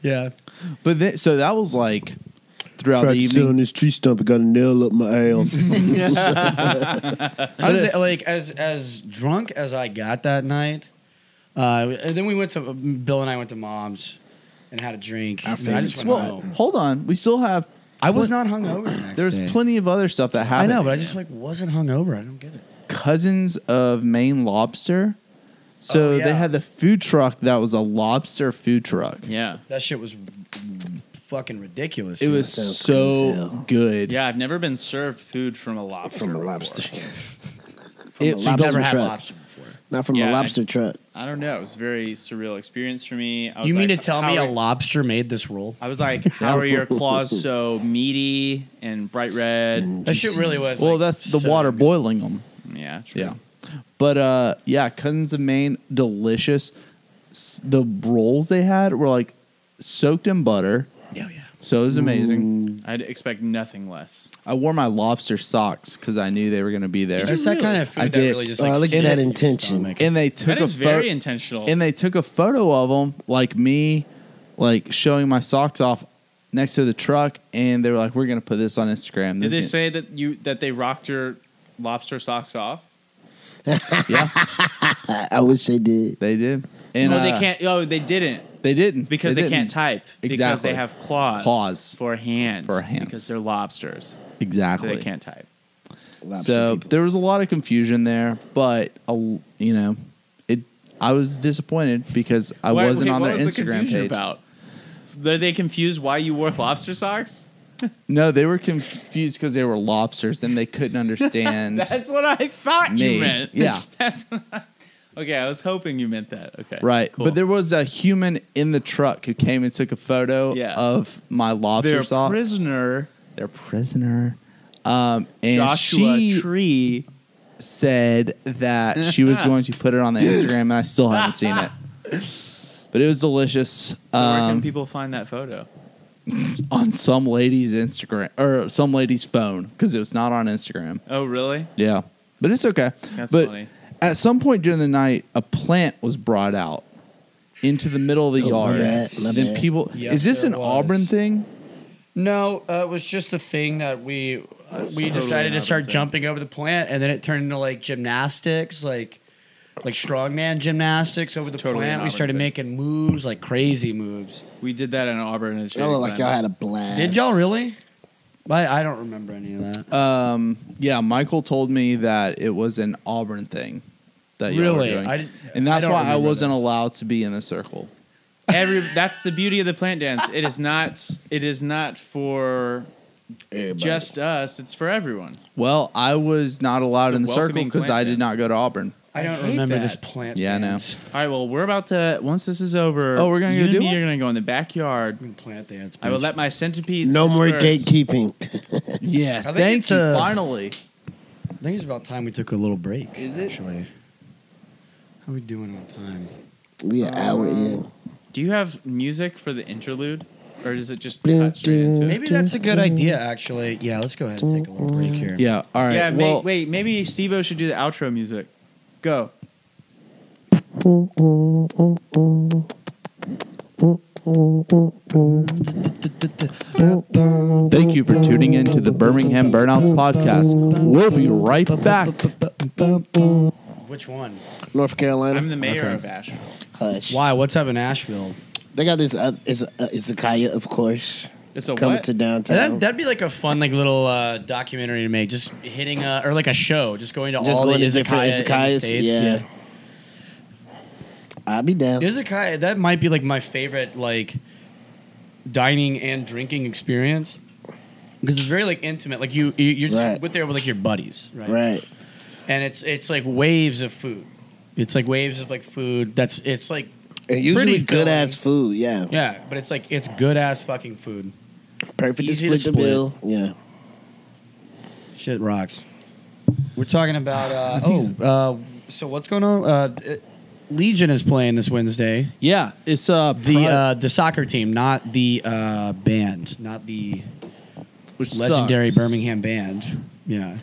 Yeah. But then, so that was like throughout Tried the to sit on evening. this tree stump and got a nail up my ass. I was Yes. like as as drunk as I got that night. Uh, and then we went to Bill and I went to mom's and had a drink. Our I, mean, I just went Well, home. hold on, we still have. I was not hungover. The next There's day. plenty of other stuff that I happened. know, but I just like wasn't hungover. I don't get it. cousins of Maine Lobster. So Oh, they yeah. had the food truck that was a lobster food truck. yeah, That shit was fucking ridiculous. It dude. was sounds good as so hell. good. yeah. I've never been served food from a lobster. from a before. lobster. from It- a She's I've lobster never had truck. lobster before. Not from Yeah, a I- lobster truck. I don't know. It was a very surreal experience for me. I was You mean to like, tell how me a are- lobster made this roll? I was like, how are your claws so meaty and bright red? That shit really was. Well, like, that's the so- water boiling them. Yeah, true. Yeah. But uh, yeah, cousins of Maine, delicious. S- The rolls they had were like soaked in butter, Yeah, yeah. so it was Mm. amazing. Mm. I'd expect nothing less. I wore my lobster socks because I knew they were going to be there, There's that kind of food I that did. really just Oh, like I look at sits that in your intention. stomach. and they took That a is very photo. intentional. And they took a photo of them, like me, like showing my socks off next to the truck, and they were like, "We're going to put this on Instagram." Did they This say that you that they rocked your lobster socks off? yeah, I, I wish they did. they did. And no, they uh, can't. Oh, they didn't They didn't because they, didn't. can't type. Because Exactly. they have claws. Claws. for hands. For hands. Because they're lobsters. So Exactly. they can't type. Lobster So people. there was a lot of confusion there, but a l you know, it. I was disappointed because I Why- wasn't wait, on what their was the Instagram confusion page. About are they confused why you wore lobster socks? No, they were confused because they were lobsters and they couldn't understand. That's what I thought Me. you meant. Yeah. That's okay. I was hoping you meant that. Okay. right, Cool. but there was a human in the truck who came and took a photo Yeah. of my lobster their socks. prisoner Their prisoner. Um, and Joshua she Tree. said that she was going to put it on the Instagram, and I still haven't seen it. But it was delicious. So where Um, can people find that photo? on some lady's Instagram or some lady's phone because it was not on Instagram. Oh, really? Yeah, but it's okay. That's but funny. at some point during the night, a plant was brought out, into the middle of the Oh, my yard. bad, my then bad. people Yes, is this there an was. Auburn thing? No, uh, it was just a thing that we uh, we totally decided to another start thing. jumping over the plant, and then it turned into like gymnastics, like like strongman gymnastics over the totally plant. an We started Auburn making moves, like crazy moves. We did that in Auburn. And Y'all look like y'all had a blast. Did y'all really? I, I don't remember any of that. Um, yeah, Michael told me that it was an Auburn thing that you were Really? doing, I didn't- and I that's don't why I remember wasn't this. allowed to be in the circle. Every that's the beauty of the plant dance. It is not. It is not for Everybody. just us. It's for everyone. Well, I was not allowed It's a in the circle welcoming because plant I did dance. not go to Auburn. I don't hate remember that. this plant. Yeah, I know. dance. All right. Well, we're about to. Once this is over, Oh, we're gonna you go and do me one? are gonna go in the backyard. Plant dance. I will bitch. let my centipedes. No more disperse. gatekeeping. Yes, I think thank it's you. a- Finally, I think it's about time we took a little break. Is it? actually? How are we doing on time? we an hour Um, in. Do you have music for the interlude, or does it just Yeah, cut straight into it? Maybe that's a good idea. Actually, yeah. Let's go ahead and take a little break here. yeah. All right. yeah. well, may, wait. Maybe Steve-O should do the outro music. Go. Thank you for tuning in to the Birmingham Burnouts podcast. We'll be right back. Which one? North Carolina. I'm the mayor Okay. of Asheville. Hush. Why? What's up in Asheville? They got this. Uh, it's, a, uh, it's a Kaya, of course, It's a coming what? to downtown. That, that'd be like a fun, like little uh, documentary to make. Just hitting, a, or like a show. Just going to Just all going the to different izakaya in the izakayas, states. yeah. I'll be down. Yeah. Izakaya. That might be like my favorite, like dining and drinking experience. Because it's very like intimate. Like you, you you're just Right. with there with like your buddies, right? Right. And it's it's like waves of food. It's like waves of like food. That's it's like And usually Pretty good filling. ass food. Yeah. yeah, but it's like it's good ass fucking food. Perfect to Easy split to the bill. Yeah. Shit rocks. We're talking about uh, oh, uh, so what's going on? Uh, it- Legion is playing this Wednesday. Yeah, it's uh The Pride, uh, the soccer team, not the uh, band, not the which legendary sucks. Birmingham band. Yeah,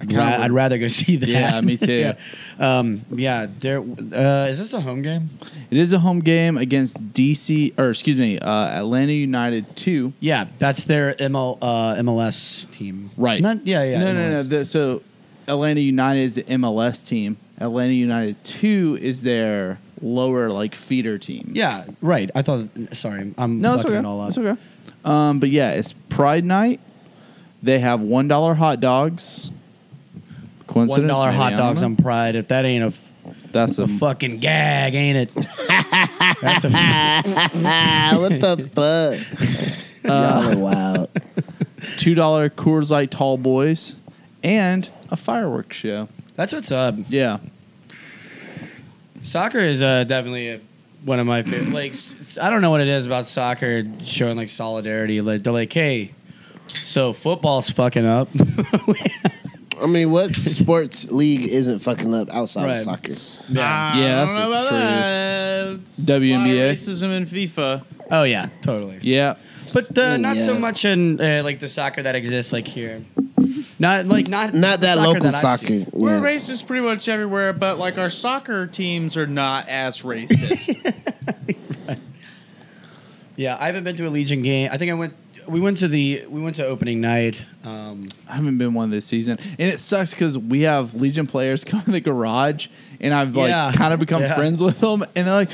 I kinda would- would rather go see that. Yeah, me too. yeah, um, yeah. There uh, is this a home game? It is a home game against DC or excuse me, uh, Atlanta United two. Yeah, that's their ML, uh, MLS team. Right. Not, yeah, yeah. no, no, no. MLS. The, so Atlanta United is the MLS team. Atlanta United two is their lower like feeder team. yeah, right. I thought. Sorry, I'm No, it's fucking okay. it all up. It's okay. Um, but yeah, it's Pride Night. They have one dollar hot dogs. One Coincidence? dollar Maybe, I hot don't dogs know. on Pride. If that ain't a f- That's a a fucking gag, ain't it? That's a, Ah, what the fuck? Y'all are wild. two dollar Coors Light Tall Boys, and a fireworks show. that's what's up. Yeah, Soccer is uh, definitely a, one of my favorite. Like, s- I don't know what it is about soccer showing like solidarity. Like they're like, hey, so football's fucking up. I mean, what sports league isn't fucking up outside Right. of soccer? Yeah, Ah, Yeah, I that's don't know the about that. It's WNBA. racism in FIFA. oh yeah, totally. yeah. But uh, not so Yeah. much in uh, like the soccer that exists like here. Not like not Not the that soccer local I've soccer. seen. We're Yeah. racist pretty much everywhere, but like our soccer teams are not as racist. Yeah, I haven't been to a Legion game. I think I went. We went to the we went to opening night. Um, I haven't been one this season, and it sucks because we have Legion players come in the garage, and I've like Yeah. kind of become Yeah. friends with them, and they're like,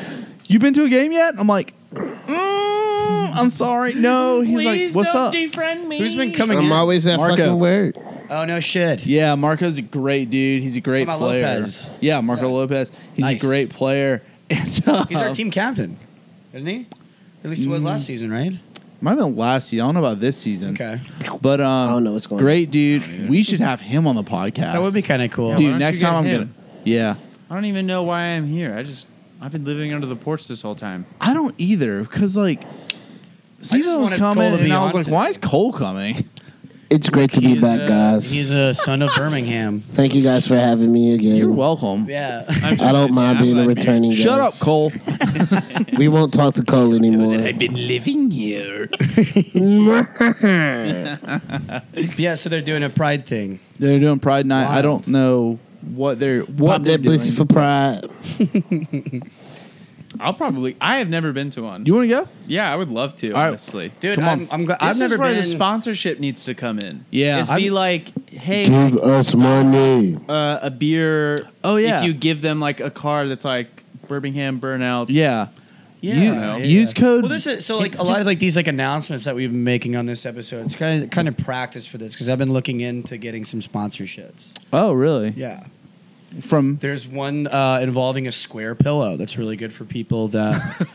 "You been to a game yet?" I'm like, mm, "I'm sorry, Oh, no." He's Please like, "What's don't up?" defriend me. Who's been coming I'm in? always that Marco. fucking word. oh no, shit. yeah, Marco's a great dude. He's a great What about player. Lopez? Yeah, Marco Yeah. Lopez. He's Nice. a great player. And, uh, He's our team captain, isn't he? At least he was last season, right? Might have been last season. I don't know about this season. Okay, But um, I don't know what's going great dude. We should have him on the podcast. that would be kind of cool. Yeah, why Dude, don't next you get time I'm him? gonna. Yeah, I don't even know why I'm here. I just I've been living under the porch this whole time. I don't either because like. Steven was wanted coming, Cole to and be I was on like, "Why today. is Cole coming?" It's great to be He's, back, uh, guys. He's a son of Birmingham. Thank you guys for having me again. You're welcome. Yeah. I'm I don't mind yeah, I'm being a glad to be here. returning. Shut up, guest. Cole. We won't talk to Cole anymore. been living here. yeah, so they're doing a pride thing. They're doing Pride Night. I Wow. don't know what they're what Pop they're that pussy doing. for pride. I'll probably. I have never been to one. You want to go? yeah, I would love to. All right. Honestly, Dude, Come on. I'm, I'm glad. This I've is never where been. the sponsorship needs to come in. Yeah, is be I'm- like, hey, Give us money. uh, a beer. Oh, yeah. If you give them like a card that's like Birmingham Burnout. Yeah. Yeah. You- Yeah. Use code. well, this is so like a lot of like these like announcements that we've been making on this episode. It's kind of kind of practice for this because I've been looking into getting some sponsorships. oh, really? Yeah, From there's one uh, involving a square pillow that's really good for people that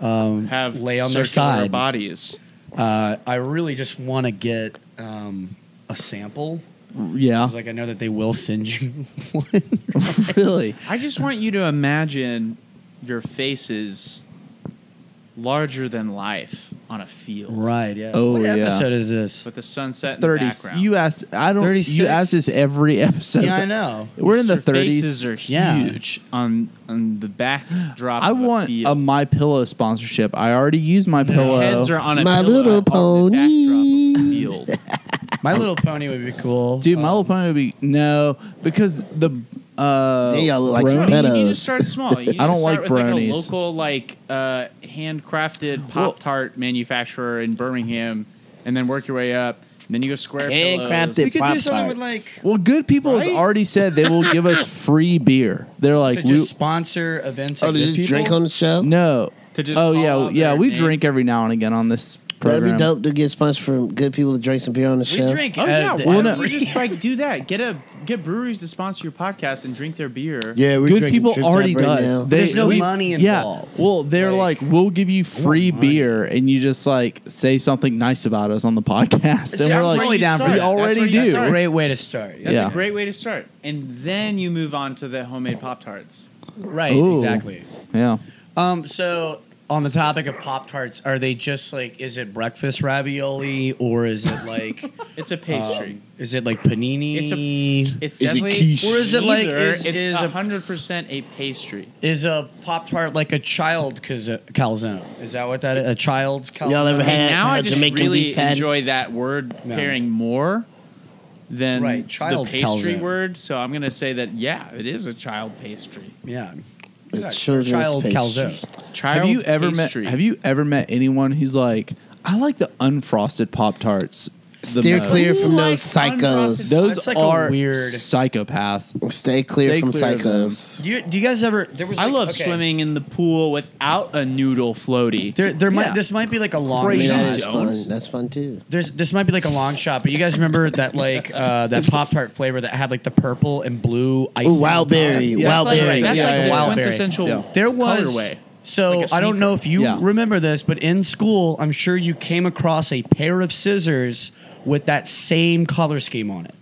um, Have lay on their circular side. bodies. Uh, I really just want to get um, a sample. yeah, 'cause, like I know that they will send you one. really. I just want you to imagine your faces larger than life on a field. right. Yeah. Oh, what yeah. episode is this? With the sunset in Thirty. the background. You ask. I don't. 36? You ask this every episode. Yeah, I know. We're in the Your Faces thirties. are Yeah. huge on on the backdrop. I of want a, a, field. My Pillow sponsorship. I already use My Pillow. Heads are on a My pillow little on the backdrop of a pony. field. My Little Pony would be cool. Dude, My Um, Little Pony would be no because the uh, They all look like bronies- No, you need to Pedos. start small. You need I don't to like start with bronies. Like a local, like uh, handcrafted Well- Pop Tart manufacturer in Birmingham, and then work your way up. And then you go square Handcrafted We pillows. could do something with Pop-Tarts. like Well, good people has Right? already said they will give us free beer. They're to like, just we, sponsor events. Oh, Like did good you people. drink on the show? no. To just oh call yeah, out yeah. their We name. drink every now and again on this program. That'd be dope to get sponsored from good people to drink some beer on the We show. drink. Oh uh, yeah, th- why well, don't no. we just like do that? Get a get breweries to sponsor your podcast and drink their beer. Yeah, we're Good drinking people Trip already Tap right does. now. They- There's no we- money involved. Yeah. Well, they're Like- like, we'll give you free want money. beer, and you just like say something nice about us on the podcast, and that's we're like, where really you down for start. it. we That's already where you do. That's a start. great way to start. That's Yeah. a great way to start. And then you move on to the homemade Pop Tarts. Right. Ooh. Exactly. Yeah. Um. So on the topic of Pop Tarts, are they just like? Is it breakfast ravioli or is it like? It's a pastry. um, is it like panini? it's Is it definitely quiche? Or is it like- neither. is- it's is a- hundred percent a pastry. is a Pop Tart like a child calzo- calzone? Is that what that is? A child's calzone? Y'all ever had- now uh, I just Jamaican really beef patty. enjoy that word No. pairing more than Right, the child's pastry calzone. word. So I'm gonna say that yeah, it is a child pastry. Yeah. The Exactly. children's Child pastries. calzone. Child have you ever pastry. met? Have you ever met anyone who's like, I like the unfrosted Pop Tarts. the Steer most." clear from Who those likes psychos. unfrosted- Those That's like a are weird- psychopaths. Stay clear Stay from clear of them. psychos. Do you, do you guys ever? There was. I like- love okay. swimming in the pool without a noodle floaty. There, there might. Yeah. This might be like a long Great. I mean, shot. that is don't. fun. That's fun too. There's this might be like a long shot, but you guys remember that like uh, that Pop Tart flavor that had like the purple and blue ice. Ooh, on wild top? berry, Yeah, wild that's berry. like, that's Yeah, like yeah, the yeah. quintessential Yeah. There was colorway. so Like a I don't know if you Yeah. remember this, but in school, I'm sure you came across a pair of scissors with that same color scheme on it.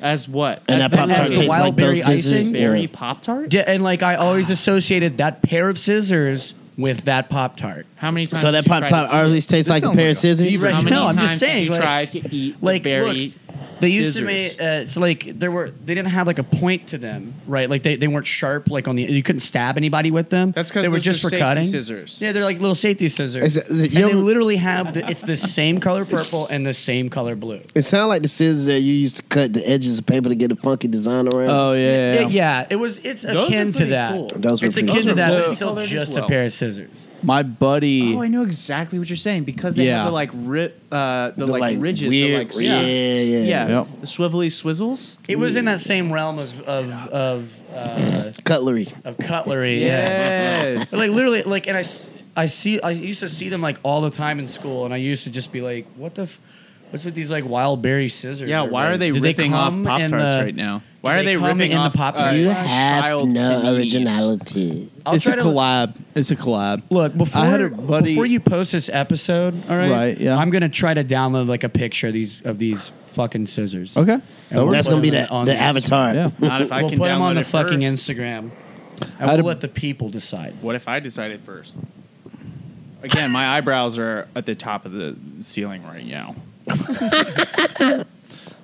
As what? And As that Pop-Tart Pop Tart tastes tastes wild like like those berry those scissors. icing? Berry Yeah. Pop Tart? D- And like I always associated that pair of scissors with that Pop Tart. How many times? So that did you pop try top to- always tastes This like a sounds pair like of a scissors. fever. How many No, I'm times just saying, Did you like- try to eat like, the berry? look, They used to make Scissors. uh, it's like there were they didn't have like a point to them, right? Like they, they weren't sharp like on the you couldn't stab anybody with them. That's 'cause they were those just are for safety cutting scissors. Yeah, they're like little safety scissors. Is it- is it- and you they ever- literally have the, it's the same color purple and the same color blue. It sounds like the scissors that you used to cut the edges of paper to get a funky design around. Oh yeah. Yeah, yeah, it was it's Those are akin to pretty that. cool. Those were it's pretty akin to cool. that, Those but are it's still colored as just a well. pair of scissors. My buddy. Oh, I know exactly what you're saying because they Yeah. have the like ri- uh, the, The, like, like, ridges, weird- the like yeah, yeah. Yep. the swivelly swizzles. It was in that same realm of of of, uh, Cutlery. of cutlery. Yes. like literally like and I, s- I see I used to see them like all the time in school and I used to just be like what the f- what's with these like wild berry scissors yeah. Why are they Did ripping off come Pop Tarts in the- right now? Why do are they they, come ripping in the off Pop-Tart? uh, you have child no paninis? originality. I'll it's a try to collab. It's a collab. look before I had a buddy- before you post this episode all right Right, yeah. I'm gonna try to download like a picture of these of these fucking scissors Okay. And we'll That's put gonna be them the, on the this. avatar. Yeah. Not if I we'll can put download them on the it fucking first. Instagram I and had we'll a- let the people decide What if I decided first? Again, my eyebrows are at the top of the ceiling right now.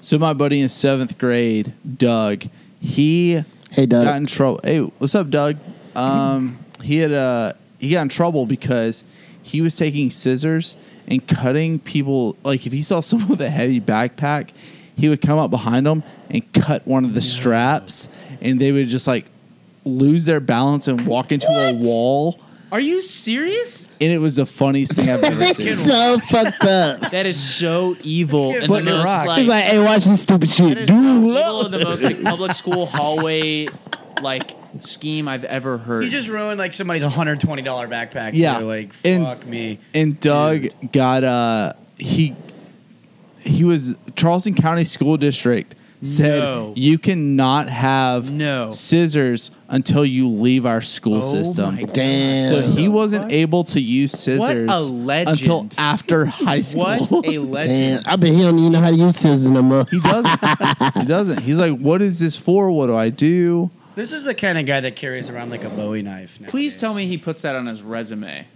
So my buddy in seventh grade, Doug, he Hey, Doug. got in trouble. Hey, what's up, Doug? Um, he had uh, he got in trouble because he was taking scissors and cutting people. Like if he saw someone with a heavy backpack, he would come up behind them and cut one of the straps, and they would just like lose their balance and walk into a wall. Are you serious? and it was the funniest thing I've ever seen. it's so fucked up. That is so evil. And But the it most, rocks. like, He's like, hey, watch this stupid shit. Dude, evil look. of the most like public school hallway like scheme I've ever heard. You just ruined like somebody's $120 backpack. Yeah. You're like, fuck And- me. And Doug got uh he he was Charleston County School District said No. you cannot have No. scissors until you leave our school Oh system. my God. Damn. So he wasn't What? able to use scissors legend. until after high school. What a legend. Damn. I bet he don't even know how to use scissors no more. He doesn't. he doesn't. He's like, what is this for? What do I do? This is the kind of guy that carries around like a Bowie knife. Please nowadays. tell me he puts that on his resume.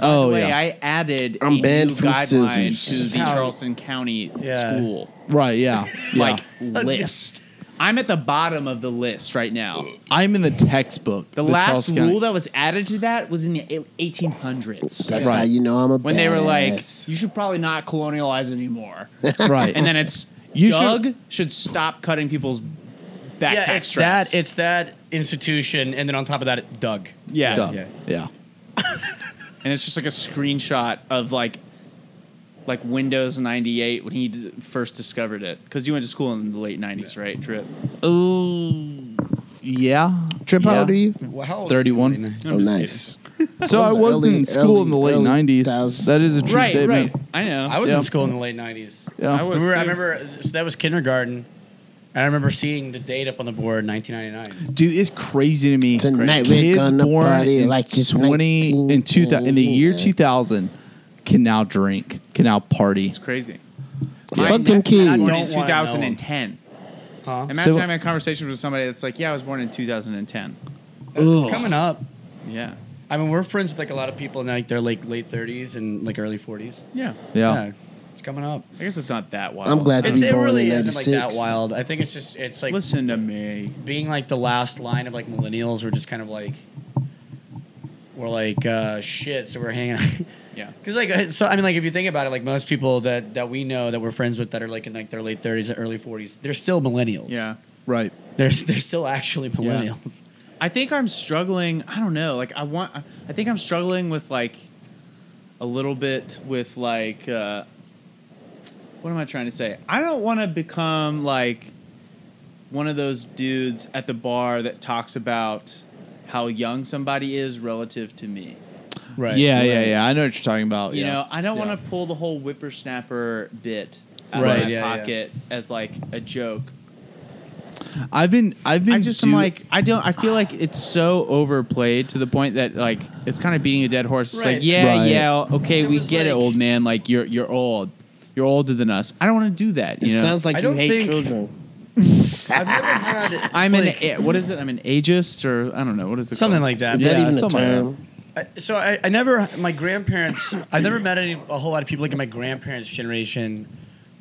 Oh Wait, yeah, I added I'm a banned new from guideline scissors. to the How- Charleston County Yeah. school right. Yeah, yeah. like list. I'm at the bottom of the list right now. I'm in the textbook. The, last rule that was added to that was in the 1800s. That's Right. how you know I'm a when they were like, badass. you should probably not colonialize anymore. that right. And then it's, You Doug should- should, stop cutting people's backpack Yeah, it's straps. that. It's that institution, and then on top of that, it- Doug. yeah. Dumb. yeah. yeah. And it's just like a screenshot of like, like Windows 98 when he d- first discovered it. Because you went to school in the late 90s, right, Trip? Ooh, yeah. Trip, yeah. how old are you? Well, how old- 31. Oh, nice. So I Those are was early- in school in the late early 90s. 2000s. That is a true Right, statement. right. I know. I was Yeah. in school in the late '90s. Yeah. I was- Remember, I too. remember so that was kindergarten, and I remember seeing the date up on the board, 1999. Dude, it's crazy to me. Tonight we're Kids gonna born party in like it's 20 in 2000 in the year 1989. 2000 can now drink, can now party. it's crazy. Fuck Mine- them kids. I'm born in Don't wanna know. 2010. Huh? Imagine So- having a conversation with somebody that's like, "Yeah, I was born in 2010." It's coming up. Yeah, I mean, we're friends with like a lot of people in like their like late 30s and like early 40s. yeah. Yeah. it's coming up. I guess it's not that wild. I'm glad to It's, be it born really in isn't like that 96. wild. I think it's just it's like Listen to me. being like the last line of like millennials. We're just kind of like we're like uh, shit. So we're hanging. Yeah. Because like uh, so, I mean, like if you think about it, like most people that that we know that we're friends with that are like in like their late thirties and early forties, they're still millennials. Yeah. Right. they're they're still actually millennials. I think I'm struggling. I don't know. Like I want. I- I think I'm struggling with like a little bit with like. Uh, what am I trying to say? I don't want to become like one of those dudes at the bar that talks about how young somebody is relative to me. Right. Yeah, yeah, yeah. I know what you're talking Oh, about. You yeah. know, I don't Yeah. want to pull the whole whippersnapper bit out Right, of my yeah, yeah. pocket as like a joke. I've been I've been I just do- am like I don't I feel like it's so overplayed to the point that like it's kind of beating a dead horse. It's Right. like, yeah, Right. yeah, okay, It we was get it, like- old man. Like you're you're old. You're older than us. I don't want to do that, It you know. sounds like I you don't hate think- children. I've never had. it's I'm like- an a- what is it? I'm an ageist or I don't know, what is it? something called? like that. Is Yeah, that even a something like term? I, so I, I never my grandparents I've never met any a whole lot of people like in my grandparents' generation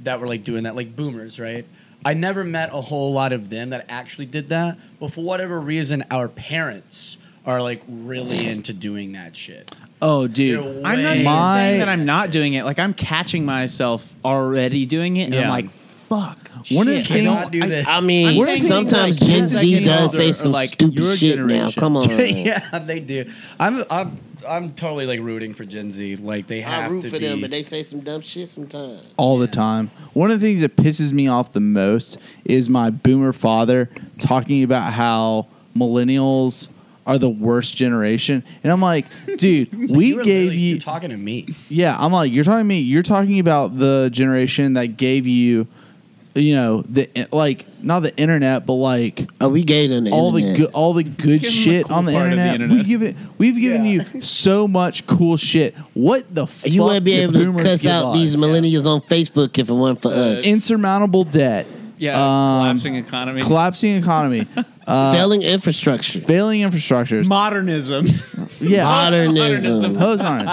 that were like doing that, like boomers, right? I never met a whole lot of them that actually did that, but for whatever reason our parents are like really into doing that shit. Oh, dude. They're I'm not way- even My- saying that I'm not doing it. Like I'm catching myself already doing it and Yeah. I'm like, fuck. One of the shit, I things don't- Cannot do this. I I'm mean, saying things sometimes like Gen kids that Z get does older say are some like your stupid shit now. generation. Come on. yeah, they do. I'm I'm I'm totally like rooting for Gen Z. Like they I have root to for be. them, but they say some dumb shit sometimes. all the time. One of the things that pisses me off the most is my boomer father talking about how millennials are the worst generation. And I'm like, dude, we You were gave literally- you you're talking to me. Yeah, I'm like, you're talking to me, you're talking about the generation that gave you you know, the like not the internet, but like Oh, we gave them the all internet. the good all the good Give 'em the shit cool on the part of the internet. We internet. give it we've given Yeah. you so much cool shit. What the fuck you wouldn't be did able to boomers Uh, cuss give out us? these millennials on Facebook if it weren't for us. insurmountable debt, Yeah, Um, collapsing economy. collapsing economy, Failing infrastructure. failing infrastructures. modernism. yeah. Modernism. Hose on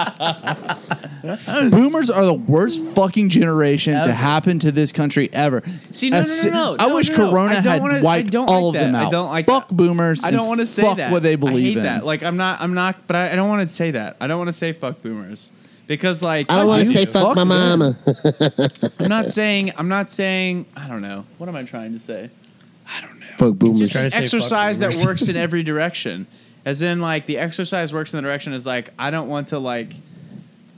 it. Boomers are the worst fucking generation to Ever. happen to this country ever. See, no, A no, no, si- no, I no, wish no, no. Corona I don't had wanna- I wiped don't all like of them that. I out. don't like fuck that. boomers. I and don't want to say fuck that. what they I believe hate in. that. Like I'm not. I'm not. But I, I don't want to say that. I don't want to say fuck boomers because like I don't want do. to say Fuck fuck my them. mama. I'm not saying. I'm not saying. I don't know. What am I trying to say? Fuck boomers. Just Trying to say fuck exercise that boomers. works in every direction. As in, like the exercise works in the direction is like I don't want to like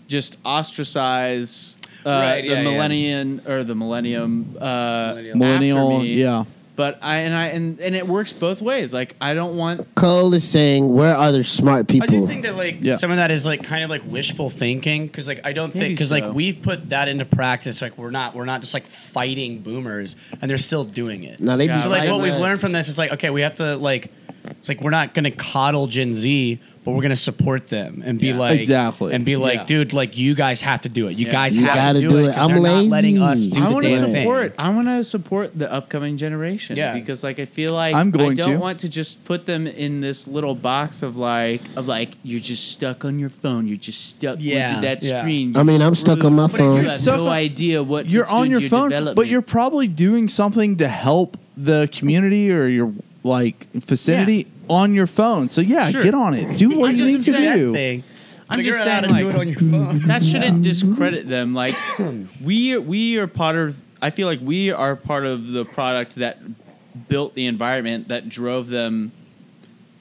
just ostracize uh, Right, the yeah, yeah. millennium or the millennium uh, Millennial. after Millennial, me. yeah. But I and I and, and it works both ways. Like I don't want Cole is saying, where are the smart I do people? think that like Yeah. some of that is like kind of like wishful thinking because like I don't think Maybe because so. like we've put that into practice like we're not we're not just like fighting boomers and they're still doing it. No, they Yeah. be So like what fighting we've us. learned from this is like okay we have to like it's like we're not gonna coddle Gen Z but we're gonna support them and be Yeah. like Exactly. and be like Yeah. dude like you guys have to do it you Yeah. guys You have gotta to do, do it, it. 'cause I'm they're not letting us lazy. do I the want to damn thing. support. I want to support the upcoming generation. Yeah. Because like I feel like I'm going I don't to. want to just put them in this little box of like of like you're just stuck on your phone. You're just stuck Yeah, yeah. that yeah. screen. I mean, I'm stuck on my But if phone. You have Stuck no on- idea what You're pursued on your your phone, but development. you're probably doing something to help the community or your like vicinity on your phone. So yeah, Sure. get on it. Do what I'm you just need to saying- do. thing. I'm Figure just out how to saying, do like- it on your phone. that shouldn't discredit them. Like we we are part of. I feel like we are part of the product that built the environment that drove them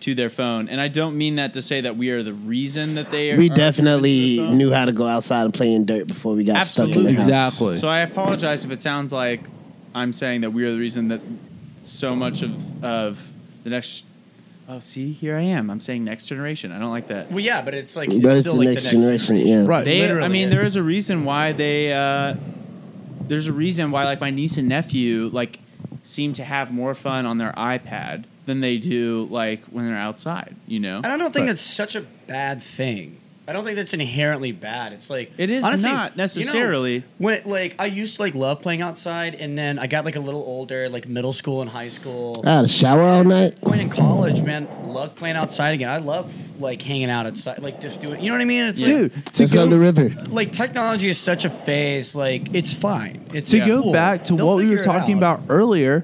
to their phone. And I don't mean that to say that we are the reason that they. We are definitely driven to their phone. knew how to go outside and play in dirt before we got stuck Absolutely. in the house. Exactly. So I apologize if it sounds like I'm saying that we are the reason that so much of of the next. Oh, see, here I am. I'm saying next generation. I don't like that. Well, yeah, but it's like But it's it's still the like next generation, yeah. Right. They, I Uh, Literally, mean, yeah. there is a reason why they. Uh, there's a reason why, like, my niece and nephew, like, seem to have more fun on their iPad than they do, like, when they're outside. You know, And I don't think Right. that's such a bad thing. I don't think that's inherently bad. It's like it is honestly, not you know, necessarily. when like I used to like love playing outside, and then I got like a little older, like middle school and high school. I had a shower all night. Going in college, man, loved playing outside again. I love like hanging out outside, like just doing. You know what I mean? It's Dude, to Let's go go, to the river. like, like technology is such a phase. Like it's fine. It's to yeah, go cool. back to They'll what we were figure it talking out. about earlier,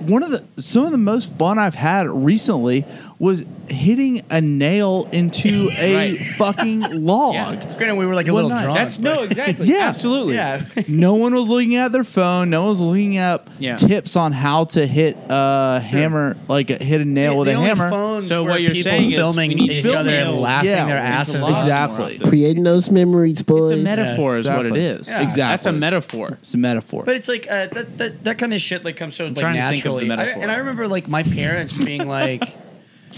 one of the some of the most fun I've had recently was hitting a nail into a Right. fucking log. Granted, we were like a One little night. drunk. That's no, but- exactly. Yeah. absolutely. Yeah. No one was looking at their phone. No one was looking up Yeah. tips on how to hit a hammer, like a, hit a nail with the a only hammer. phones So where what you're people saying is filming we need to each film other and nails. laughing Yeah. their asses off. exactly. Creating those memories, boys. It's a metaphor, is what it exactly. is. Yeah. That's a Exactly. metaphor. It's a metaphor. But it's like uh, that, that that kind of shit like comes so like trying to think of naturally. the I- metaphor. and I remember like my parents being like,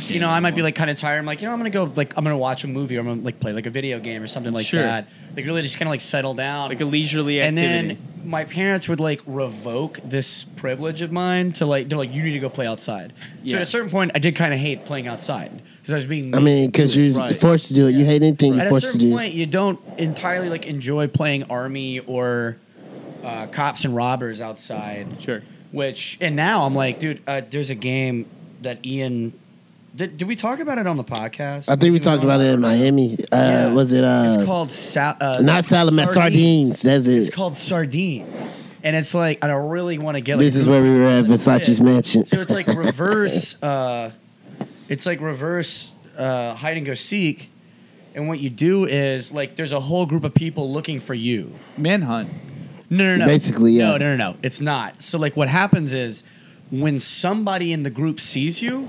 you know, I might be like kind of tired. I'm like, you know, I'm gonna go like I'm gonna watch a movie or I'm gonna like play like a video game or something like Sure. that. Like really just kind of like settle down. Like a leisurely and activity. then my parents would like revoke this privilege of mine to like they're like you need to go play outside. So Yeah. at a certain point, I did kind of hate playing outside because I was being. I made mean, to do because it. you're forced to do it. You hate anything At you're a forced to certain do. point, you don't entirely like enjoy playing army or uh, cops and robbers outside. sure. Which and now I'm like, dude, uh, there's a game that Ian. Did, did we talk about it on the podcast? I think we talked about it in Miami. Uh, Yeah. Was it uh, it's called sa- uh, not salamat, sardines? That's it. It's called sardines, and it's like I don't really want to get. This like, is where we were at Versace's Yeah. mansion. So it's like reverse. Uh, it's like reverse uh, hide and go seek, and what you do is like there's a whole group of people looking for you. Manhunt. No, no, no. Basically, yeah. No, no, no, no. It's not. So like what happens is when somebody in the group sees you,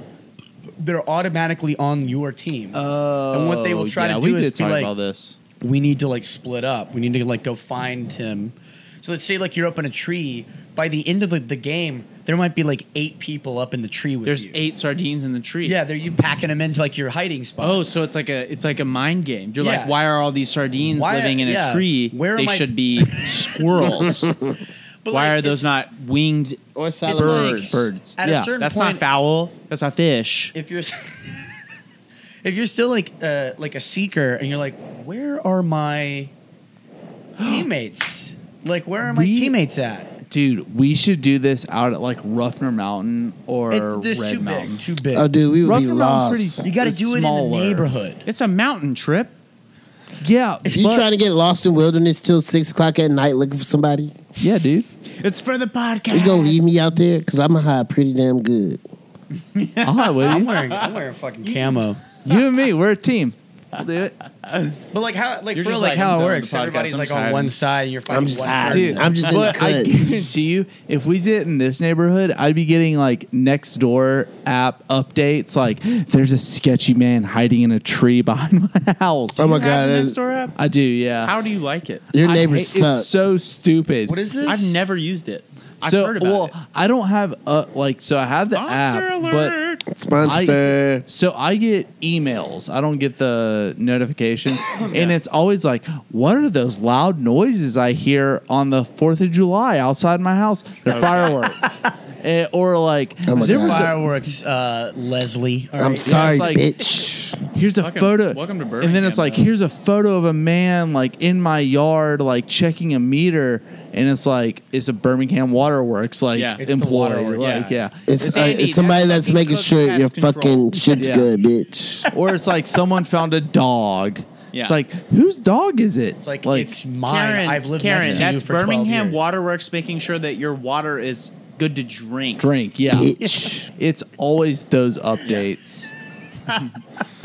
they're automatically on your team. Uh. Oh, what they will try to yeah, do we is did be talk like- about this. we need to like split up. We need to like go find him. So let's say like you're up in a tree. By the end of the, the game, there might be like eight people up in the tree with There's you. eight sardines in the tree. Yeah, they're you packing them into like your hiding spot. Oh, so it's like a it's like a mind game. You're Yeah. like, why are all these sardines Why- living in yeah. a tree? Where they am I- should be squirrels. Oh, why But, are like, it's- those not winged? or It's like- Birds. Birds. At Yeah. a certain That's point, not fowl. That's not fish. if you're if you're still like uh, like a seeker and you're like, where are my teammates? Like, where are my We- teammates at? Dude, we should do this out at like Ruffner Mountain or It, this Red too Mountain. big, too big. Oh, dude, we would be Ruffner Mountain's lost. pretty- you got to it's do it in smaller. the neighborhood. It's a mountain trip. Yeah, If you but- trying to get lost in wilderness till six o'clock at night looking for somebody, yeah, dude. It's for the podcast. you gonna leave me out there? Cause I'm gonna hide pretty damn good. I'll hide with I'm you. wearing I'm wearing fucking camo. You and me, we're a team. We'll do it. But like how, like You're for just like, like, I'm how it done with works, the podcast, everybody's I'm like tired. on one side, and you're finding just one tired. person. I'm just in the but I cut. guarantee you, if we did it in this neighborhood, I'd be getting like next door app updates. Like, there's a sketchy man hiding in a tree behind my house. Oh my Have god, the that- next door app? I do, yeah. How do you like it? your I neighbors hate- suck. It's so stupid. What is this? I've never used it. I've so, heard about well, it. I don't have uh, like so I have the app, but Sponsor. so I get emails. I don't get the notifications, and it's always like, "What are those loud noises I hear on the Fourth of July outside my house? They're fireworks." Eh, or like, Oh my there God. was a- Fireworks, uh, Leslie. All I'm right. sorry, like- bitch. here's a Welcome- photo. welcome to And then it's Birmingham, like, though. here's a photo of a man like in my yard, like checking a meter, and it's like it's a Birmingham Waterworks like Yeah. It's the employee. waterworks, like, yeah. It's, uh, Andy, it's somebody that's that's fucking making Cook sure Pest your Control. fucking shit's Yeah. good, bitch. or it's like someone found a dog. Yeah. It's like whose dog is it? It's like, it's mine. Karen, I've lived Karen, next to that's you for 12 Birmingham years. Waterworks making sure that your water is good to drink. drink. Yeah, Bitch. it's always those updates.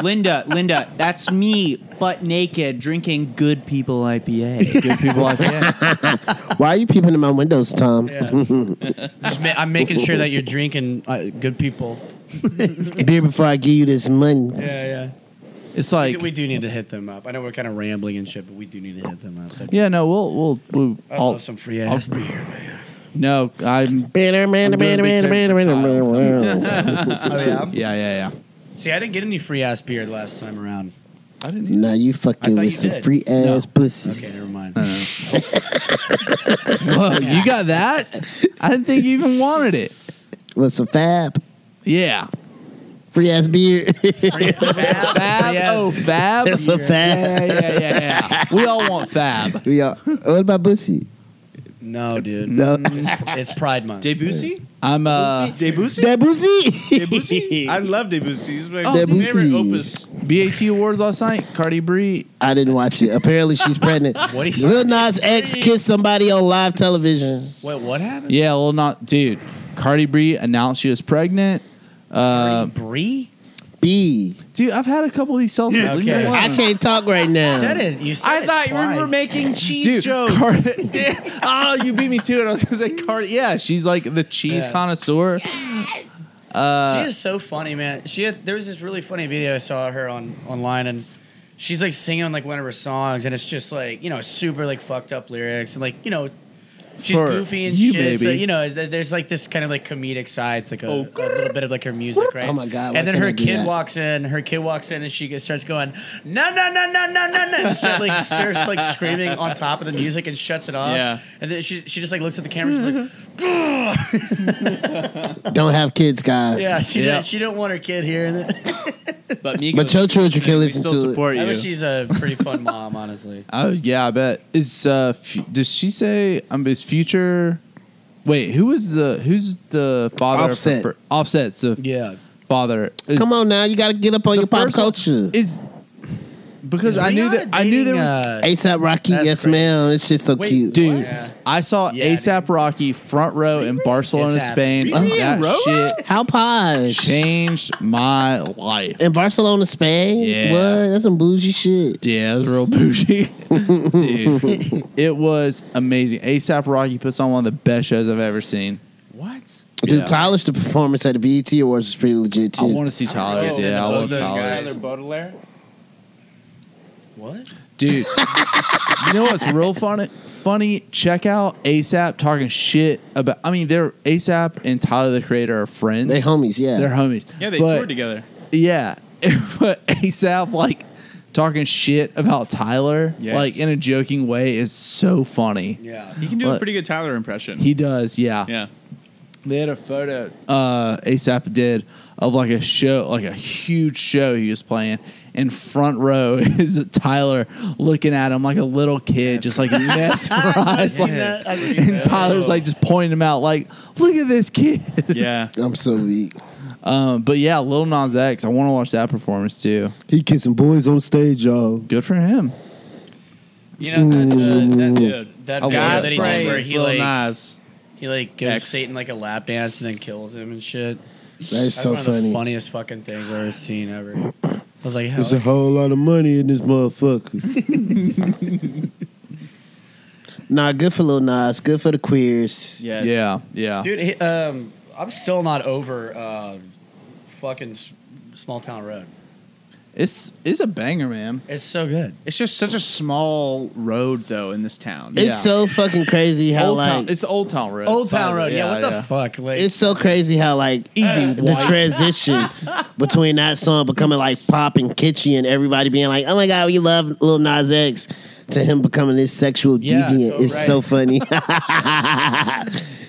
Linda, Linda, that's me, butt naked, drinking good people IPA. Give people like yeah. Why are you peeping in my windows, Tom? Just ma- I'm making sure that you're drinking uh, good people. Beer before I give you this money. Yeah, yeah. It's like we do need to hit them up. I know we're kind of rambling and shit, but we do need to hit them up. yeah. No, we'll we'll we'll. I I'll- love some free ass beer. Man. no, I'm. Bitter, bitter, bitter, bitter, bitter, bitter, bitter. Oh yeah. Yeah, yeah, yeah. See, I didn't get any free ass beer last time around. I didn't. Even, Now you fucking I thought with you some did. free ass pussy. Okay, never mind. Whoa, Oh, you got that? I didn't think you even wanted it. With some fab. Yeah. Free ass beer. Fab. Oh, Fab. That's a Yeah, fab. yeah, yeah, yeah. We all want Fab. We are. What about pussy? No, dude. No. It's, it's Pride Month. Debussy? I'm uh Debussy? That Debussy? pussy. I love Debussy. He's my Oh, favorite Debussy. opus. BAT Awards last night. Cardi B. I didn't watch it. Apparently, she's pregnant. What do you- Lil Nas X kissed somebody on live television. Wait, what happened? Yeah, well, not dude. Cardi B announced she was pregnant. Uh, Bree B. dude, I've had a couple of these selfies. Leave me okay. alone. I can't talk right now. said it. You said I it thought you twice. were making cheese Dude, jokes. Cardi. oh, you beat me to it. I was gonna say Cardi. Yeah, she's like the cheese Yeah. connoisseur. Uh, she is so funny, man. She had, there was this really funny video I saw her on online, and she's like singing like one of her songs, and it's just like you know super like fucked up lyrics, and like you know she's For goofy and you, shit. So maybe. you know th- there's like this kind of like comedic side, to like a, a little bit of like her music, right? Oh my God, why And then can't her I do kid that? walks in. Her kid walks in, and she gets, starts going no no no no no no no, and starts like starts like screaming on top of the music and shuts it off. Yeah. And then she she just like looks at the camera. She's like, Don't have kids, guys. yeah, she Yeah. Didn't, she didn't want her kid hearing it. But, Migos, But your children can we listen still to it. support I you. bet she's a pretty fun mom, honestly. Oh yeah, I bet. Is uh, fu- does she say um is future? Wait, who is the who's the father? of her Offset. fir- Offset's the Yeah. father. Is- Come on now, you got to get up on the your pop first one- culture. is because I knew that I knew there was uh, ASAP Rocky, That's yes crazy. ma'am. It's just so Wait, cute. Dude, Yeah. I saw Yeah, ASAP Rocky front row in Barcelona, It's Spain. happening. That shit How posh. changed my life. In Barcelona, Spain? Yeah. What? That's some bougie shit. Yeah, it was real bougie. Dude, it was amazing. ASAP Rocky puts on one of the best shows I've ever seen. what? Dude, Yeah. Tyler's the performance at the BET Awards was pretty I legit too. want to see Tyler's. Yeah, I love love those Tyler's. guys. Baudelaire? What? Dude, you know what's real funny? Funny, check out ASAP talking shit about. I mean, they're ASAP and Tyler the Creator are friends. They homies, yeah. They're homies. Yeah, they But- toured together. Yeah. but ASAP, like, talking shit about Tyler, Yes. like, in a joking way, is so funny. Yeah. He can do What? a pretty good Tyler impression. He does, yeah. yeah. They had a photo uh, ASAP did of like a show, like a huge show he was playing. And front row is Tyler looking at him like a little kid, just like mesmerized. like, that. I've seen and that. Tyler's like just pointing him out, like, look at this kid. Yeah. I'm so weak. Um, but yeah, Little Nas X, I want to watch that performance too. He kissing boys on stage, y'all. Good for him. You know that uh, that Oh, dude, I that love guy that that he song. did where Praise he Lil like Nas. he like gives X. Satan like a lap dance and then kills him and shit. That is That's so one of the funny. funniest fucking things I've ever seen ever. I was like, hell, There's a whole lot of money in this motherfucker. Nah, good for Lil Nas. Good for the queers. Yes. Yeah, yeah. dude. he- Um, I'm still not over uh, fucking s- small town road. It's it's a banger, man. It's so good. It's just such a small road though in this town. It's Yeah. so fucking crazy how old like town, it's Old Town Road. Old by Town the way. Road. Yeah, what the fuck? Like, it's so crazy how like Easy the white. transition between that song becoming like pop and kitschy and everybody being like, oh my god, we love Lil Nas X to him becoming this sexual Yeah, deviant so is right. so funny.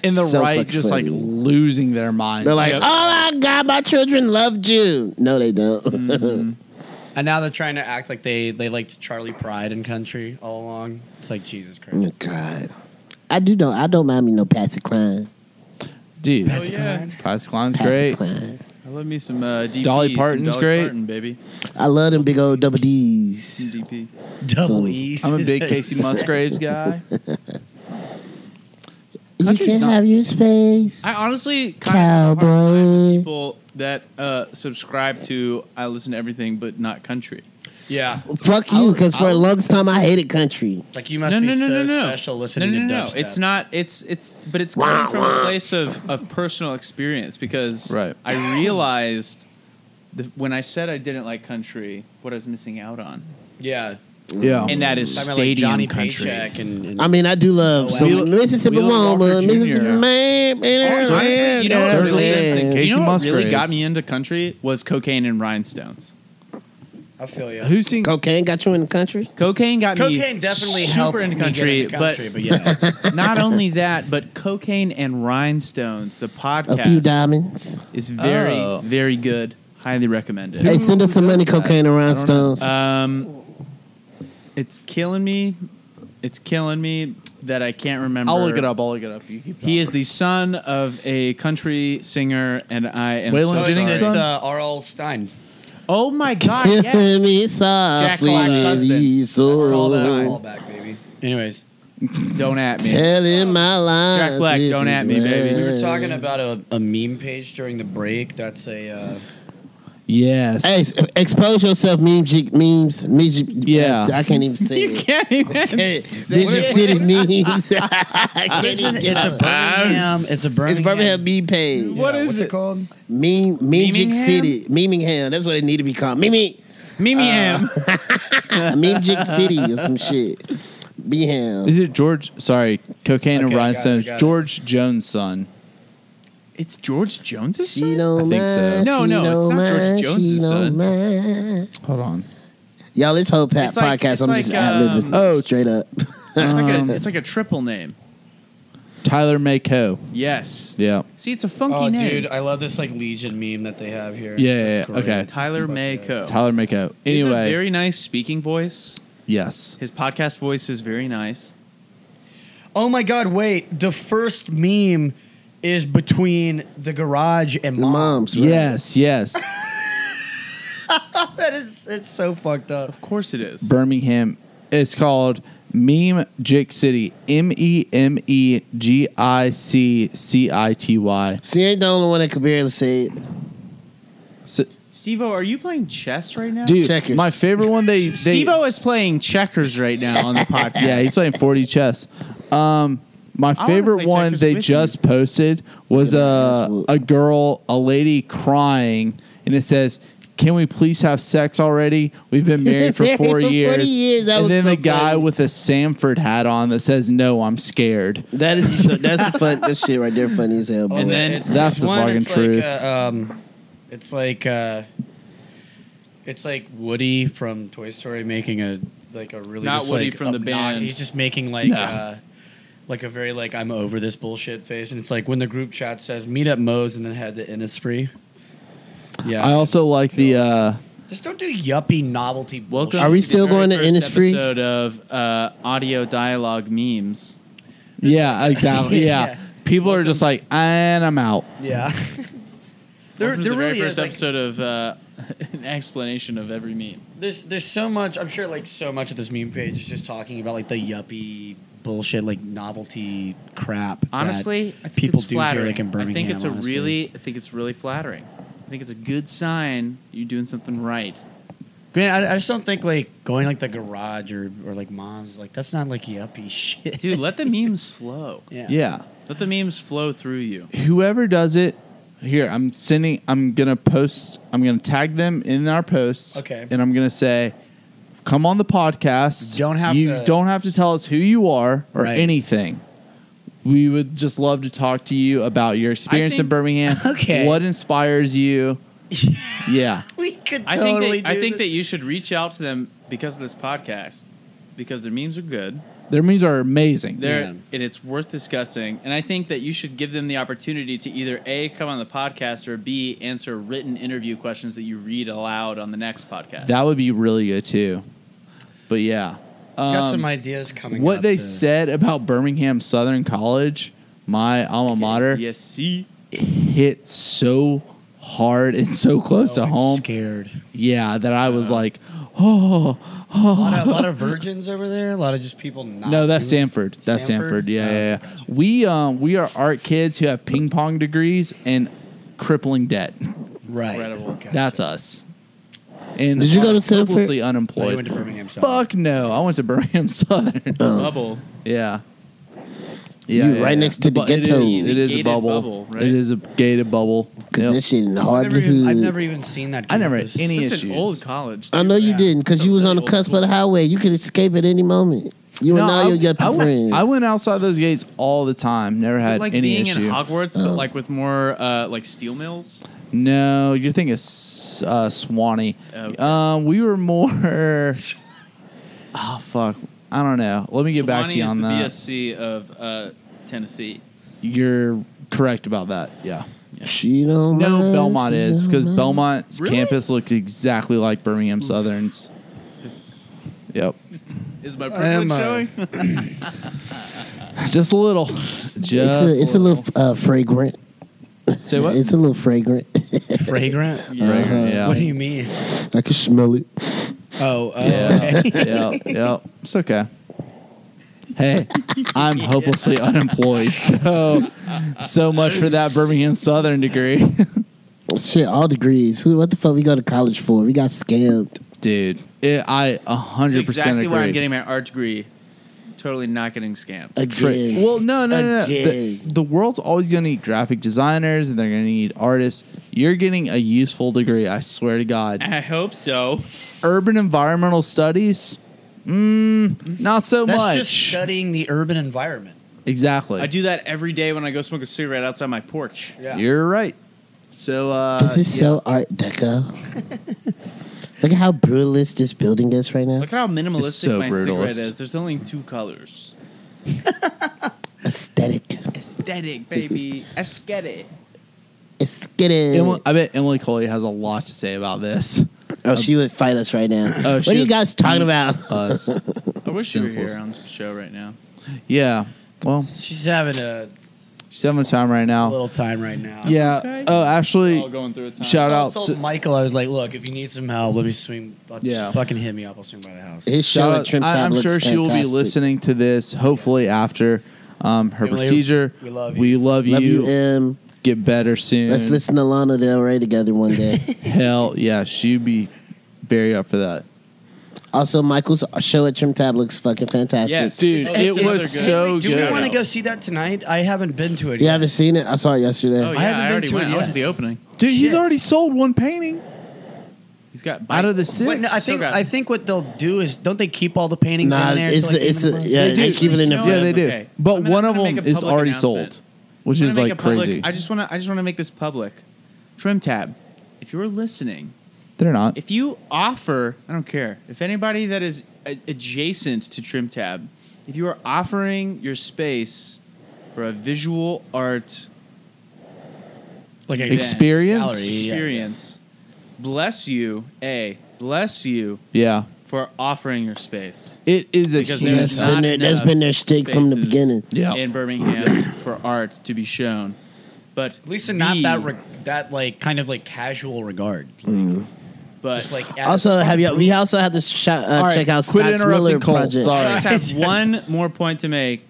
and the so right fucking just like funny. losing their mind. They're like, oh my god, my children love Jew. No, they don't. and now they're trying to act like they they liked Charlie Pride and country all along. It's like Jesus Christ. Oh, God, I do know. I don't mind me no Patsy Cline. dude, Oh, yeah. Patsy Cline's Patsy great. Cline. I love me some uh, DP. Dolly some Parton's Dolly great. Parton, baby. I love them big old double D's. Some DP. Double So- E's. I'm a big Casey Musgraves guy. You Country's can not- have your space. I honestly kind of hard to find Cowboy. people that uh, subscribe to I listen to everything but not country. Yeah, Fuck you, because for the longest time I hated country. like you must be so special listening no, to no, no, dubstep. It's not. It's it's. But it's coming from a place of, of personal experience because Right. I realized the, when I said I didn't like country, what I was missing out on, Yeah, Yeah, and that is Talking stadium about, like Johnny country. Paycheck and, and I mean, I do love Oh, some Wheeler- Mississippi Wheeler Walker woman, Jr. Mississippi man. man, Honestly, you know what man, Circle really, Simpson, man. Casey you know what really Musgraves. got me into country was cocaine and rhinestones. I feel you. who sings? Cocaine got you in the country? Cocaine got me Cocaine definitely super helped into me get country, into country, but, yeah, but not only that, but cocaine and rhinestones, the A few podcast diamonds. is very, Oh. very good. Highly recommended. Hey, send us some money, does that? cocaine and I don't know. rhinestones. Um, it's killing me. It's killing me that I can't remember. I'll look it up. I'll look it up. You keep He is the son of a country singer, and I am Waylon so oh, Jennings' it's, sorry. son? uh, R.L. Stein. Oh my God! Hear Yes. me softly, Black's husband. That's these called souls. a callback, baby. Anyways, Don't at me. Telling my lies. Jack Black, with don't these at me, baby. we We were words. talking about a, a meme page during the break. That's a uh, Yes. Hey, s- expose yourself, meme, g- memes, memes. Yeah. I can't even say it. Can't even Hey, Digit City memes. I can't even get it's a it. Birmingham. It's a Birmingham. It's Birmingham meme page. What is it? called? Meme, Memejic Memingham? City, Memingham. That's what it need to be called. Meme, Mimi Uh, Ham. Memejic City or some shit. Beham. Is it George? Sorry, Okay, cocaine and got it, rhinestones. got it. George Jones' son. It's George Jones's She son. don't I think so. mind, No, she no, it's don't not George mind, she Jones's don't son. mind. Hold on. Y'all, this whole pat It's like- podcast, it's I'm like, just ad libbing. um, oh, straight up. It's like Um, a it's like a triple name. Tyler Mako. Yes. Yeah. See, it's a funky Oh, name. dude, I love this like Legion meme that they have here. Yeah, yeah, That's yeah. great. Okay. Tyler Mako. Tyler Mako. He has Oh. a Anyway, very nice speaking voice. yes. His podcast voice is very nice. Oh my God! Wait, the first meme is between the garage and The mom. moms, right? Yes, yes. that is, it's so fucked up. Of course, it is. Birmingham. It's called Meme Jick City. M E M E G I C C I T Y. See, ain't the only one that could barely say it. So- Stevo, are you playing chess right now? Dude, Checkers. my favorite one they. they Stevo is playing checkers right now on the podcast. yeah, he's playing 40 chess. Um, my wanna play favorite one checkers they with you. just posted was Yeah, a absolutely. a girl, a lady crying, and it says, "Can we please have sex already? We've been married for For four 40 years." years, that and was then so the guy funny. with a Sanford hat on that says, "No, I'm scared." That is that's fun. That shit right there, funny as hell. Oh, But And then- it- That's it's the fucking it's truth. Like, uh, um, it's like uh, it's like Woody from Toy Story making a like a really Not just, Woody like, from the obnox- band. He's just making like No. uh, like a very like I'm over this bullshit face, and it's like when the group chat says meet at Moe's and then head to Innisfree. Yeah, I also like the uh, just don't do yuppie novelty bullshit. Welcome. Are we the still very going to first Innisfree? Episode of uh, audio dialogue memes. yeah, exactly, yeah. Yeah. People are just like, and I'm out. yeah. There, there Welcome to the really very is first like, episode of uh, an explanation of every meme. there's there's so much I'm sure like so much of this meme page is just talking about like the yuppie bullshit like novelty crap. that Honestly, I think people it's do flattering. here like in Birmingham. I think it's a honestly. really, I think it's really flattering. I think it's a good sign that you're doing something right. Grant, I, I just don't think like going like the garage or, or like mom's like that's not like yuppie shit. Dude, let the memes flow. yeah. yeah. Let the memes flow through you. whoever does it here i'm sending i'm gonna post i'm gonna tag them in our posts Okay. and i'm gonna say come on the podcast You don't have you to- don't have to tell us who you are or Right. anything we would just love to talk to you about your experience in think- birmingham Okay. what inspires you yeah We could I totally. think that, I do think this. that you should reach out to them because of this podcast, because their memes are good. their memes are amazing They're Yeah. and it's worth discussing. And I think that you should give them the opportunity to either a come on the podcast or b answer written interview questions that you read aloud on the next podcast. that would be really good too but yeah We got Um, some ideas coming. what up they to- said about birmingham southern college my alma mater Yes, see, hit so hard and so close Oh, to I'm home. Scared. Yeah, that I was like, oh, A lot, of, a oh. lot of virgins over there. A lot of just people. Not No, that's doing- Sanford. That's Sanford. Sanford? Yeah, Oh, yeah, yeah. We um we are art kids who have ping pong degrees and crippling debt. Right. Incredible. Gotcha. That's us. And Did you go to are Sanford? Oh, hopelessly you went unemployed. to Birmingham. so- Fuck no! I went to Birmingham Southern. bubble. Yeah. Yeah, You right next to the But it is- ghetto. It is, a Gated bubble. bubble, right? It is a gated bubble. Cause Yep. that shit in the I've hard never, even, I've hood. never even seen that. I never campus. had any- It's an issues. old college. I dude. know you Yeah. didn't, cause you was on the cusp of the highway. You could escape at any moment. You and all I, your yuppie I friends. Went, I went outside those gates all the time. Never Is had it like any being issue. Oh. in Hogwarts, but like with more uh, like steel mills? no, you're thinking S- uh, Swanee. Okay. Um, we were more. oh fuck! I don't know. Let me get back to you on Sewanee that. is the BSC of uh, Tennessee. You're correct about that. Yeah. She don't No, mind, Belmont she is don't because mind. Belmont's Really? campus looks exactly like Birmingham Southern's. Yep, Is my Am privilege uh, I? showing? just a little. Just It's a, it's a little uh, fragrant. Say what? It's Uh-huh. a little fragrant. fragrant. Fragrant, yeah. What do you mean? I can smell it. Oh, oh Yeah, okay. yeah, yeah. It's okay. Hey, I'm hopelessly unemployed. So, so much for that Birmingham Southern degree, Shit, all degrees. Who? What the fuck? We go to college for? We got scammed. dude. It, I a That's hundred percent exactly agree. where I'm getting my art degree. Totally not getting scammed. Again. Well, no, no, no. no. The, Again. the world's always going to need graphic designers, and they're going to need artists. You're getting a useful degree. I swear to God. I hope so. Urban environmental studies, mm, not so That's much. just studying the urban environment. exactly. I do that every day when I go smoke a cigarette outside my porch. Yeah. You're right. So uh, This is yeah. so Art Deco. Look at how brutalist this building is right now. Look at how minimalistic It's so my brutalist. cigarette is. There's only two colors. Aesthetic. Aesthetic, baby. Aesthetic. Aesthetic. Emily, I bet Emily Coley has a lot to say about this. oh, she would fight us right now. Oh, what she are you would guys talking about? Us. I wish you were Senseless. here on this show right now. yeah. Well, She's having a she's having a time right now. little time right now. Oh. Yeah. Okay. Oh, We're all actually, going through a time. shout I out told to Michael, I was like, look, if you need some help, let me swing. I'll just Yeah. fucking hit me up. I'll swing by the house. His show shout at Trim out. I, Tab am looks sure she will be fantastic. listening to this. Hopefully after um, her Emily, procedure. we love you. We love you. Love you, M. Get better soon. Let's listen to Lana Del Rey together one day. Hell yeah, she'd be very up for that. also, Michael's show at Trim Tab looks fucking fantastic. Yes. Dude, Oh, it those was are good. so Do we good. want to go see that tonight? I haven't been to it You yet. haven't seen it? I saw it yesterday. Oh, yeah, haven't I, been already to it went. I yet. went to the opening. Dude, he's Shit. already sold one painting. He's got bites. Out of the six. Wait, no, I think I think what they'll do is don't they keep all the paintings Nah, in there? it's till, like, a- it's the end a- of the yeah, month? They they do. keep it in a No, yeah, I'm they do. okay. But I'm gonna- one I'm of gonna make them a is public already announcement. sold, which I'm is gonna make like a public- crazy. I just want to. I just want to make this public. Trim tab. If you're listening, They're not. if you offer, I don't care. If anybody that is a- adjacent to Trim Tab, if you are offering your space for a visual art Like a- event, Experience? Gallery, Oh, yeah. experience, bless you. A bless you Yeah, for offering your space. it is a Because huge- there's That's not been their, that's enough been their stick from the spaces beginning. Yeah. in Birmingham for art to be shown, but At least in not that B, reg that like kind of like casual regard. but Just like at- Also, have you? We also have to sh- uh, All right, check out quit Scott's interrupting Miller Cole. project. Sorry. I just have one more point to make,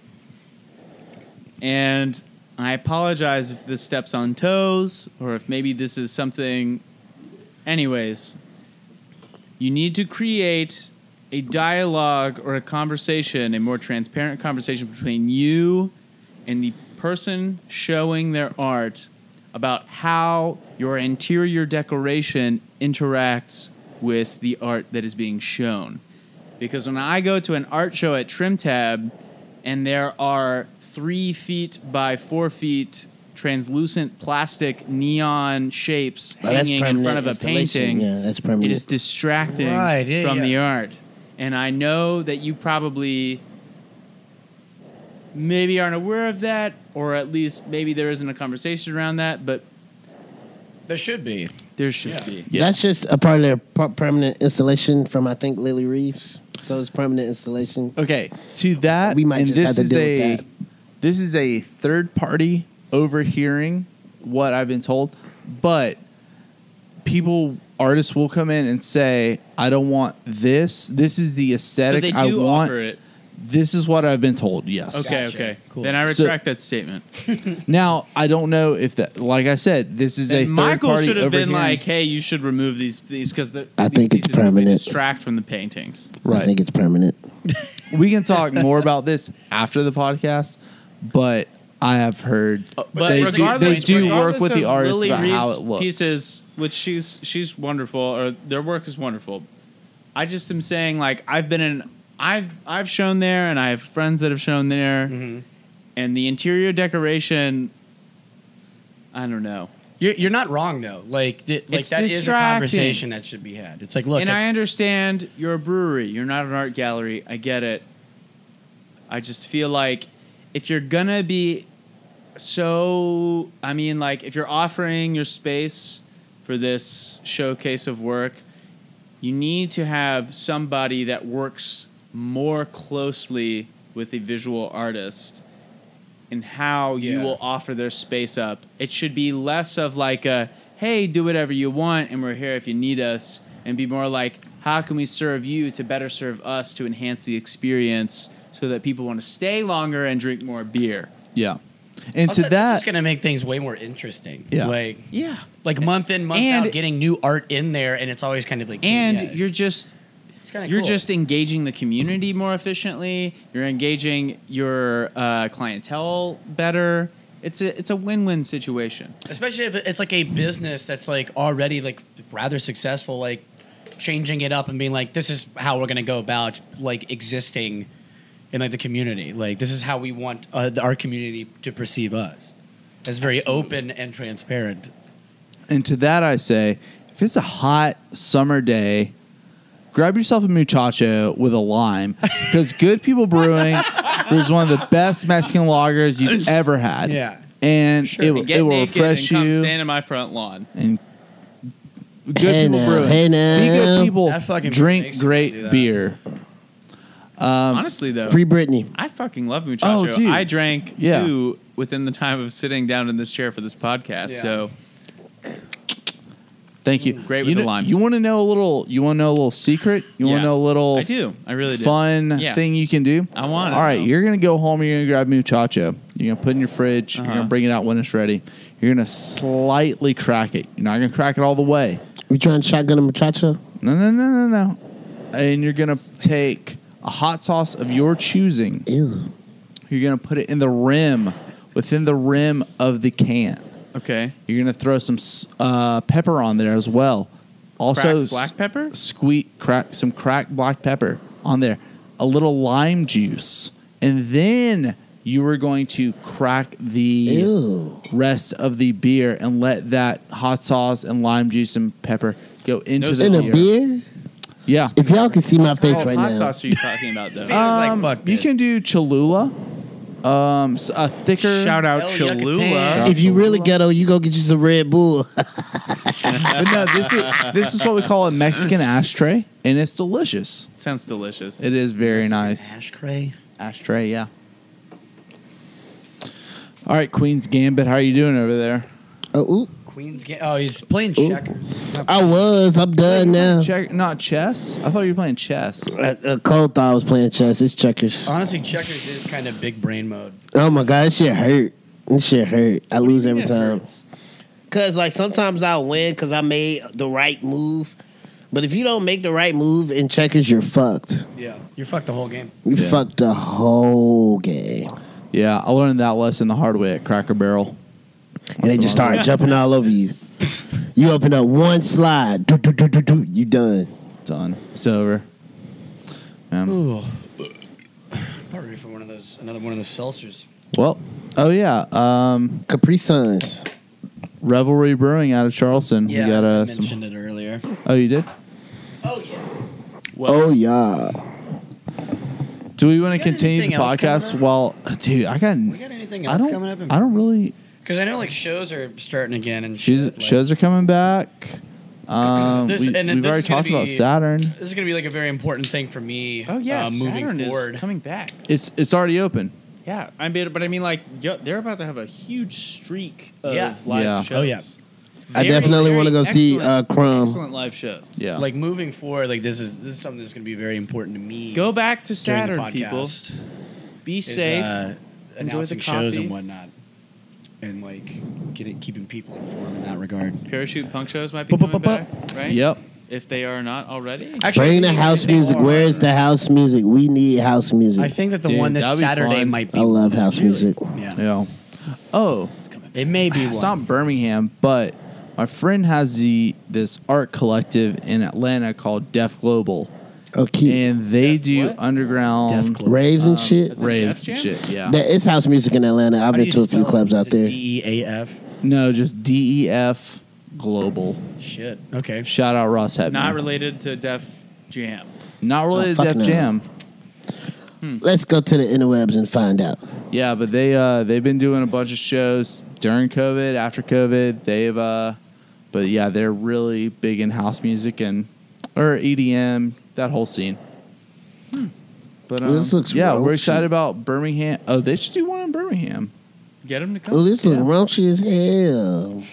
and I apologize if this steps on toes or if maybe this is something. Anyways, you need to create a dialogue or a conversation, a more transparent conversation between you and the person showing their art about how your interior decoration interacts with the art that is being shown. Because when I go to an art show at Trim Tab and there are three feet by four feet translucent plastic neon shapes Oh, that's hanging in front permanent of a installation. painting, Yeah, that's it permanent. is distracting Right, yeah, from yeah. the art. And I know that you probably maybe aren't aware of that, or at least maybe there isn't a conversation around that, but There should be. there should Yeah. be. That's just a part of their per- permanent installation from I think Lily Reeves. So it's permanent installation. Okay, to that, We might and just this have to is deal with a that. this is a third party overhearing what I've been told, but people artists will come in and say, "I don't want this. This is the So aesthetic they do I want. offer it. This is what I've been told." Yes. Okay, Gotcha. okay. Cool. Then I So- retract that statement. Now I don't know if that. Like I said, this is a And third Michael party should have been overhearing. like, "Hey, you should remove these these because these I think it's pieces, 'cause They permanent. distract from the paintings." I Right. think it's permanent. we can talk more about this after the podcast, but I have heard Uh, But they do, they regardless, do regardless work with the of artists Lily about how Reeves' it looks. Pieces, which she's she's wonderful, or their work is wonderful. I just am saying, like I've been in, I've I've shown there, and I have friends that have shown there, Mm-hmm. Mm-hmm. and the interior decoration. I don't know, You're, you're not wrong though. Like, th- like It's that is a distracting. conversation that should be had. It's like, look, and it- I understand you're a brewery, you're not an art gallery. I get it. I just feel like if you're gonna be so, I mean, like if you're offering your space for this showcase of work, you need to have somebody that works more closely with the visual artist and how you Yeah. will offer their space up. It should be less of like a, hey, do whatever you want and we're here if you need us, and be more like, how can we serve you to better serve us to enhance the experience so that people want to stay longer and drink more beer? yeah, and also, to that's that, just gonna make things way more interesting. Yeah. Like, Yeah. like month in month And- out, getting new art in there, and it's always kind of E like, And yeah, you're just it's kinda you're cool. just engaging the community more efficiently. You're engaging your uh, clientele better. It's a it's a win win situation. especially if it's like a business that's like already like rather successful, like changing it up and being like, this is how we're gonna go about like existing in like the community. Like, this is how we want uh, the- our community to perceive us. It's very open and transparent. and to that, I say, if it's a hot summer day, grab yourself a muchacho with a lime, because Good People Brewing is one of the best Mexican lagers you've ever had. Yeah. and it, will- And get it will naked refresh and come you. Stand in my front lawn. and good Hey people now, brewing. hey Be now. good That people. fucking Drink makes me do great that. beer. Honestly, though, Free Britney. I fucking love muchacho. Um, Oh, dude. I drank Yeah. two within the time of sitting down in this chair for this podcast. Yeah. So Thank you. Mm, Great you with the know- lime. You want to know a little? You want to know a little secret? You want Yeah. to know a little? I do. I really do. fun Yeah. thing you can do. I wanna All right, know. you're gonna go home. You're gonna grab muchacho. You're gonna put it in your fridge. You're Uh-huh. gonna bring it out when it's ready. You're gonna slightly crack it. You're not gonna crack it all the way. We trying to shotgun a muchacho? No, no, no, no, no. And you're gonna take a hot sauce of your choosing. Ew. You're gonna put it in the rim, within the rim of the can. Okay. You're gonna throw some s- uh, pepper on there as well. Also, Cracked black pepper? squeak crack some cracked black pepper on there, a little lime juice, and then you are going to crack the Ew. rest of the beer and let that hot sauce and lime juice and pepper go into No the In a beer. beer? Yeah, If y'all can see my face What right Oh, hot now. sauce are you talking about, though? Um, you can do Cholula, um, s- a thicker Shout out El Cholula. Yucatan. If you really ghetto, you go get you some Red Bull. But no, this is this is what we call a Mexican ashtray, and it's delicious. Sounds delicious. It is very nice. Ashtray. Ashtray, yeah. All right, Queen's Gambit, how are you doing over there? Oh, oop. Queen's game. Oh, he's playing Ooh. checkers. He's not- I was. I'm done now. Check, not chess. I thought you were playing chess. Uh, uh, Cole thought I was playing chess. It's checkers. Honestly, checkers is kind of big brain mode. Oh my god, this shit hurt. This shit hurt. I lose every time. Cause like sometimes I win because I made the right move, But if you don't make the right move in checkers, you're fucked. Yeah, you fucked the whole game. You Yeah. fucked the whole game. Yeah, I learned that lesson the hard way at Cracker Barrel. And they just started jumping all over you. You open up one slide. Do, do, do, do, do, you done. It's on. It's over. Um, Ooh. Probably ready for one of those, another one of those seltzers. well, oh yeah, um, Capri Suns. Revelry Brewing out of Charleston. we got I uh, mentioned some. it earlier. Oh, you did. oh, yeah. Do we want You to got continue the anything else podcast? coming While dude, I got. We got anything I else coming up? don't. I don't really. Because I know like shows are starting again, and Shows, shit, like- shows are coming back. Um, This- we, and have this already is gonna talked about be- Saturn. This is gonna be like a very important thing for me. Oh yeah, uh, moving Saturn forward. is coming back. It's it's already open. Yeah, I mean, but I mean, like, yo, they're about to have a huge streak of Yeah. live Yeah. shows. Oh, yeah. I definitely wanna go see, excellent- uh, Crumb. Excellent live shows. Yeah. Like moving forward, like this is this is something that's gonna be very important to me. Go back to during the Saturn, people. podcast, Be is, safe. uh, Enjoy the announcing shows coffee. and whatnot, and like getting keeping people informed in that regard. Parachute punk shows might be Bup, coming bup, back, bup, right? Yep. If they are not already. Actually, Bring I the think- I house think music. all Where our- is the house music? We need house music. I I, think that the Dude, one this that'd be Saturday fun. might be. love house music. Yeah. Yeah. Oh, It may be it's one. not Birmingham, but my friend has the this art collective in Atlanta called Deaf Global, Okay. and they Def do E what? underground Def Global. Oh, Raves and shit. Is it raves Def and Jam? shit. Yeah. There is house music in Atlanta. I've been to a few clubs out there. D E A F. no, just D E F Global. Shit. Okay. Shout out Ross Hebner. Not related to Def Jam. Not related Oh, to Def fuck no. Jam. Let's go to the interwebs and find out. Yeah, but they uh they've been doing a bunch of shows during COVID, after COVID. They've uh but yeah, they're really big in house music and or EDM, that whole scene. But uh, um, Well, this looks yeah, we're raunchy. excited about Birmingham. Oh, they should do one in Birmingham. Get them to come. Oh, this look raunchy as hell.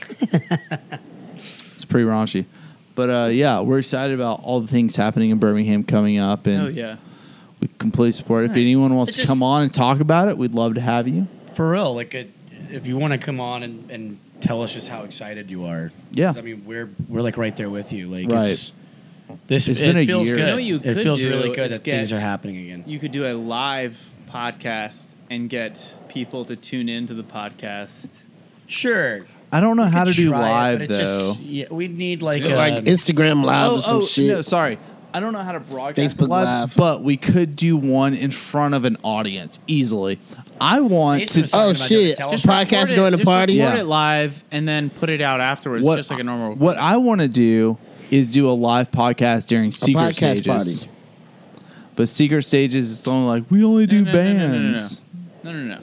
It's pretty raunchy. But uh, yeah, we're excited about all the things happening in Birmingham coming up, and Hell yeah. we completely support. it. If anyone wants It's to just- come on and talk about it, we'd love to have you. For real, like it, if you want to come on and, and tell us just how excited you are. 'Cause, Yeah. I mean we're we're like right there with you. Like Right. it's this It's it been a feels year. good. You know you it could feels do really good is that things get- are happening again. You could do a live podcast and get people to tune into the podcast. Sure. I don't know how to could do try it, live but it though. just- yeah, we need like, um, Yeah, a, like, Instagram Live or some shit. Oh, No, sorry. I don't know how to broadcast Facebook it live, Live. but we could do one in front of an audience easily. I want Jason's to. talking Oh, about doing a shit. tele- Just- Podcast record it- during the just party? Record Yeah. it live and then put it out afterwards, What, just like a normal. what I want to do is do a live podcast during secret podcast stages. party. But secret stages, it's only like we only do no, no, no, no, no, no. bands. No, no, no.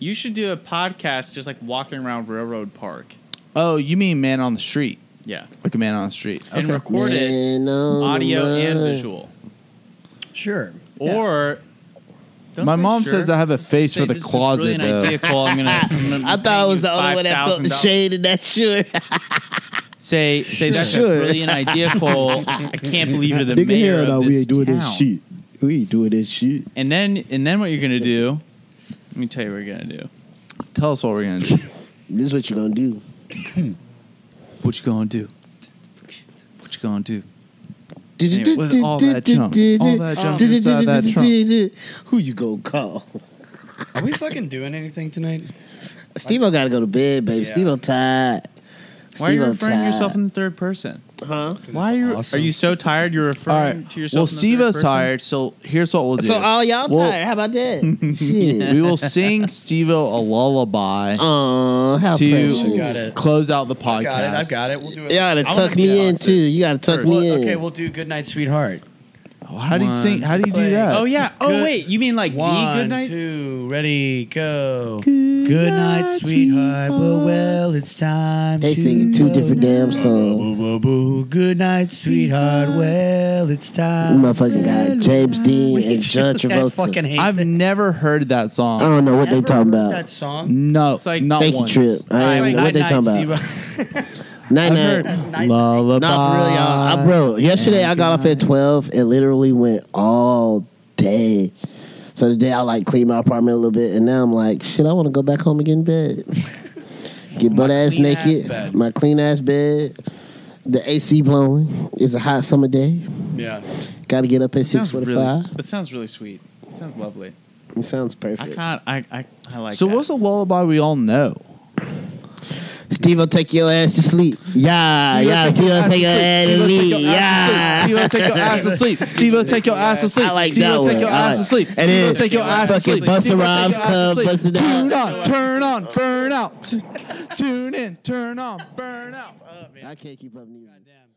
You should do a podcast just like walking around Railroad Park. Oh, you mean man on the street? Yeah. Like a man on the street. And Okay. record it Man on the audio and run. visual. sure. Yeah. Or. Don't My say mom sure. says I have a face Say, for the "This is a closet, brilliant though. idea, Cole. I'm gonna- I'm gonna I pay thought I was you the only one that felt the $5,000. shade in that shirt. Say, say that's Sure. a brilliant idea, Cole. I can't believe you're the Nigga, mayor hell of no, this we ain't doing town. this shit. We ain't doing this shit. And then, and then what you're gonna do? Let me tell you what you're gonna do. Tell us what we're gonna do. this is what you're gonna do. What you gonna do? What you gonna do? Anyway, with all that junk, all that junk inside that trunk. Who you gonna call? Are we fucking doing anything tonight? Steve O gotta go to bed, baby. Yeah. Steve O tired. Why are you Steve-O referring to tired. yourself in the third person? Huh? Why are you? awesome. Are you so tired? You're referring All right. to Well, yourself. in the Steve third O's person? tired, so here's what we'll do. So all y'all Well- tired. How about that? Shit. we will sing Steve O a lullaby Aw, how to precious. Got it. close out the I podcast. got it. I got it. We'll do it. You gotta I wanna tuck be me out in too. too. You gotta tuck Well, me in. okay, we'll do Good Night Sweetheart. Oh, How do you One, sing? How do you do two, that? Oh yeah. Oh Good- wait. You mean like the good One, night? two, ready, go. Good, night, sweetheart. Well, well, it's time. They to singing two go different now. damn songs. Boo, boo, boo. Good night, sweetheart. Well, it's You time. motherfucking got James Dean and John I fucking Travolta. hate I've that. never heard that I song. don't know what they Never talking heard about. That song. no, It's like- not Uh, Thank you, once. Trip. I ain't know what they talking about. Night I've night. heard lullaby. Nah, for real, y'all. I, bro, yesterday I got off at 12 and literally went all day. So today I like cleaned my apartment a little bit and now I'm like, shit, I want to go back home and get in bed. get butt ass clean ass naked, bed. my clean ass bed, The AC blowing. It's a hot summer day. Yeah. Got to get up at six Sounds really, forty-five. that sounds really sweet. Sounds lovely. It sounds I perfect. can't. I, I, I like so that. what's a lullaby we all know? Steve will take your ass to sleep. Yeah, Uh, yeah. Steve will take your ass to sleep. Yeah. Steve, take your ass to sleep. Steve, take your ass to sleep. I like Steve, that take one. your I ass to like- sleep. And then Steve, take your ass to fucking sleep. Busta Steve, take your Rhymes ass to come, sleep. Busta Tune Rhymes. on, turn on, burn out. Tune in, turn on, burn out. Oh, man. I can't keep up neither. Goddamn.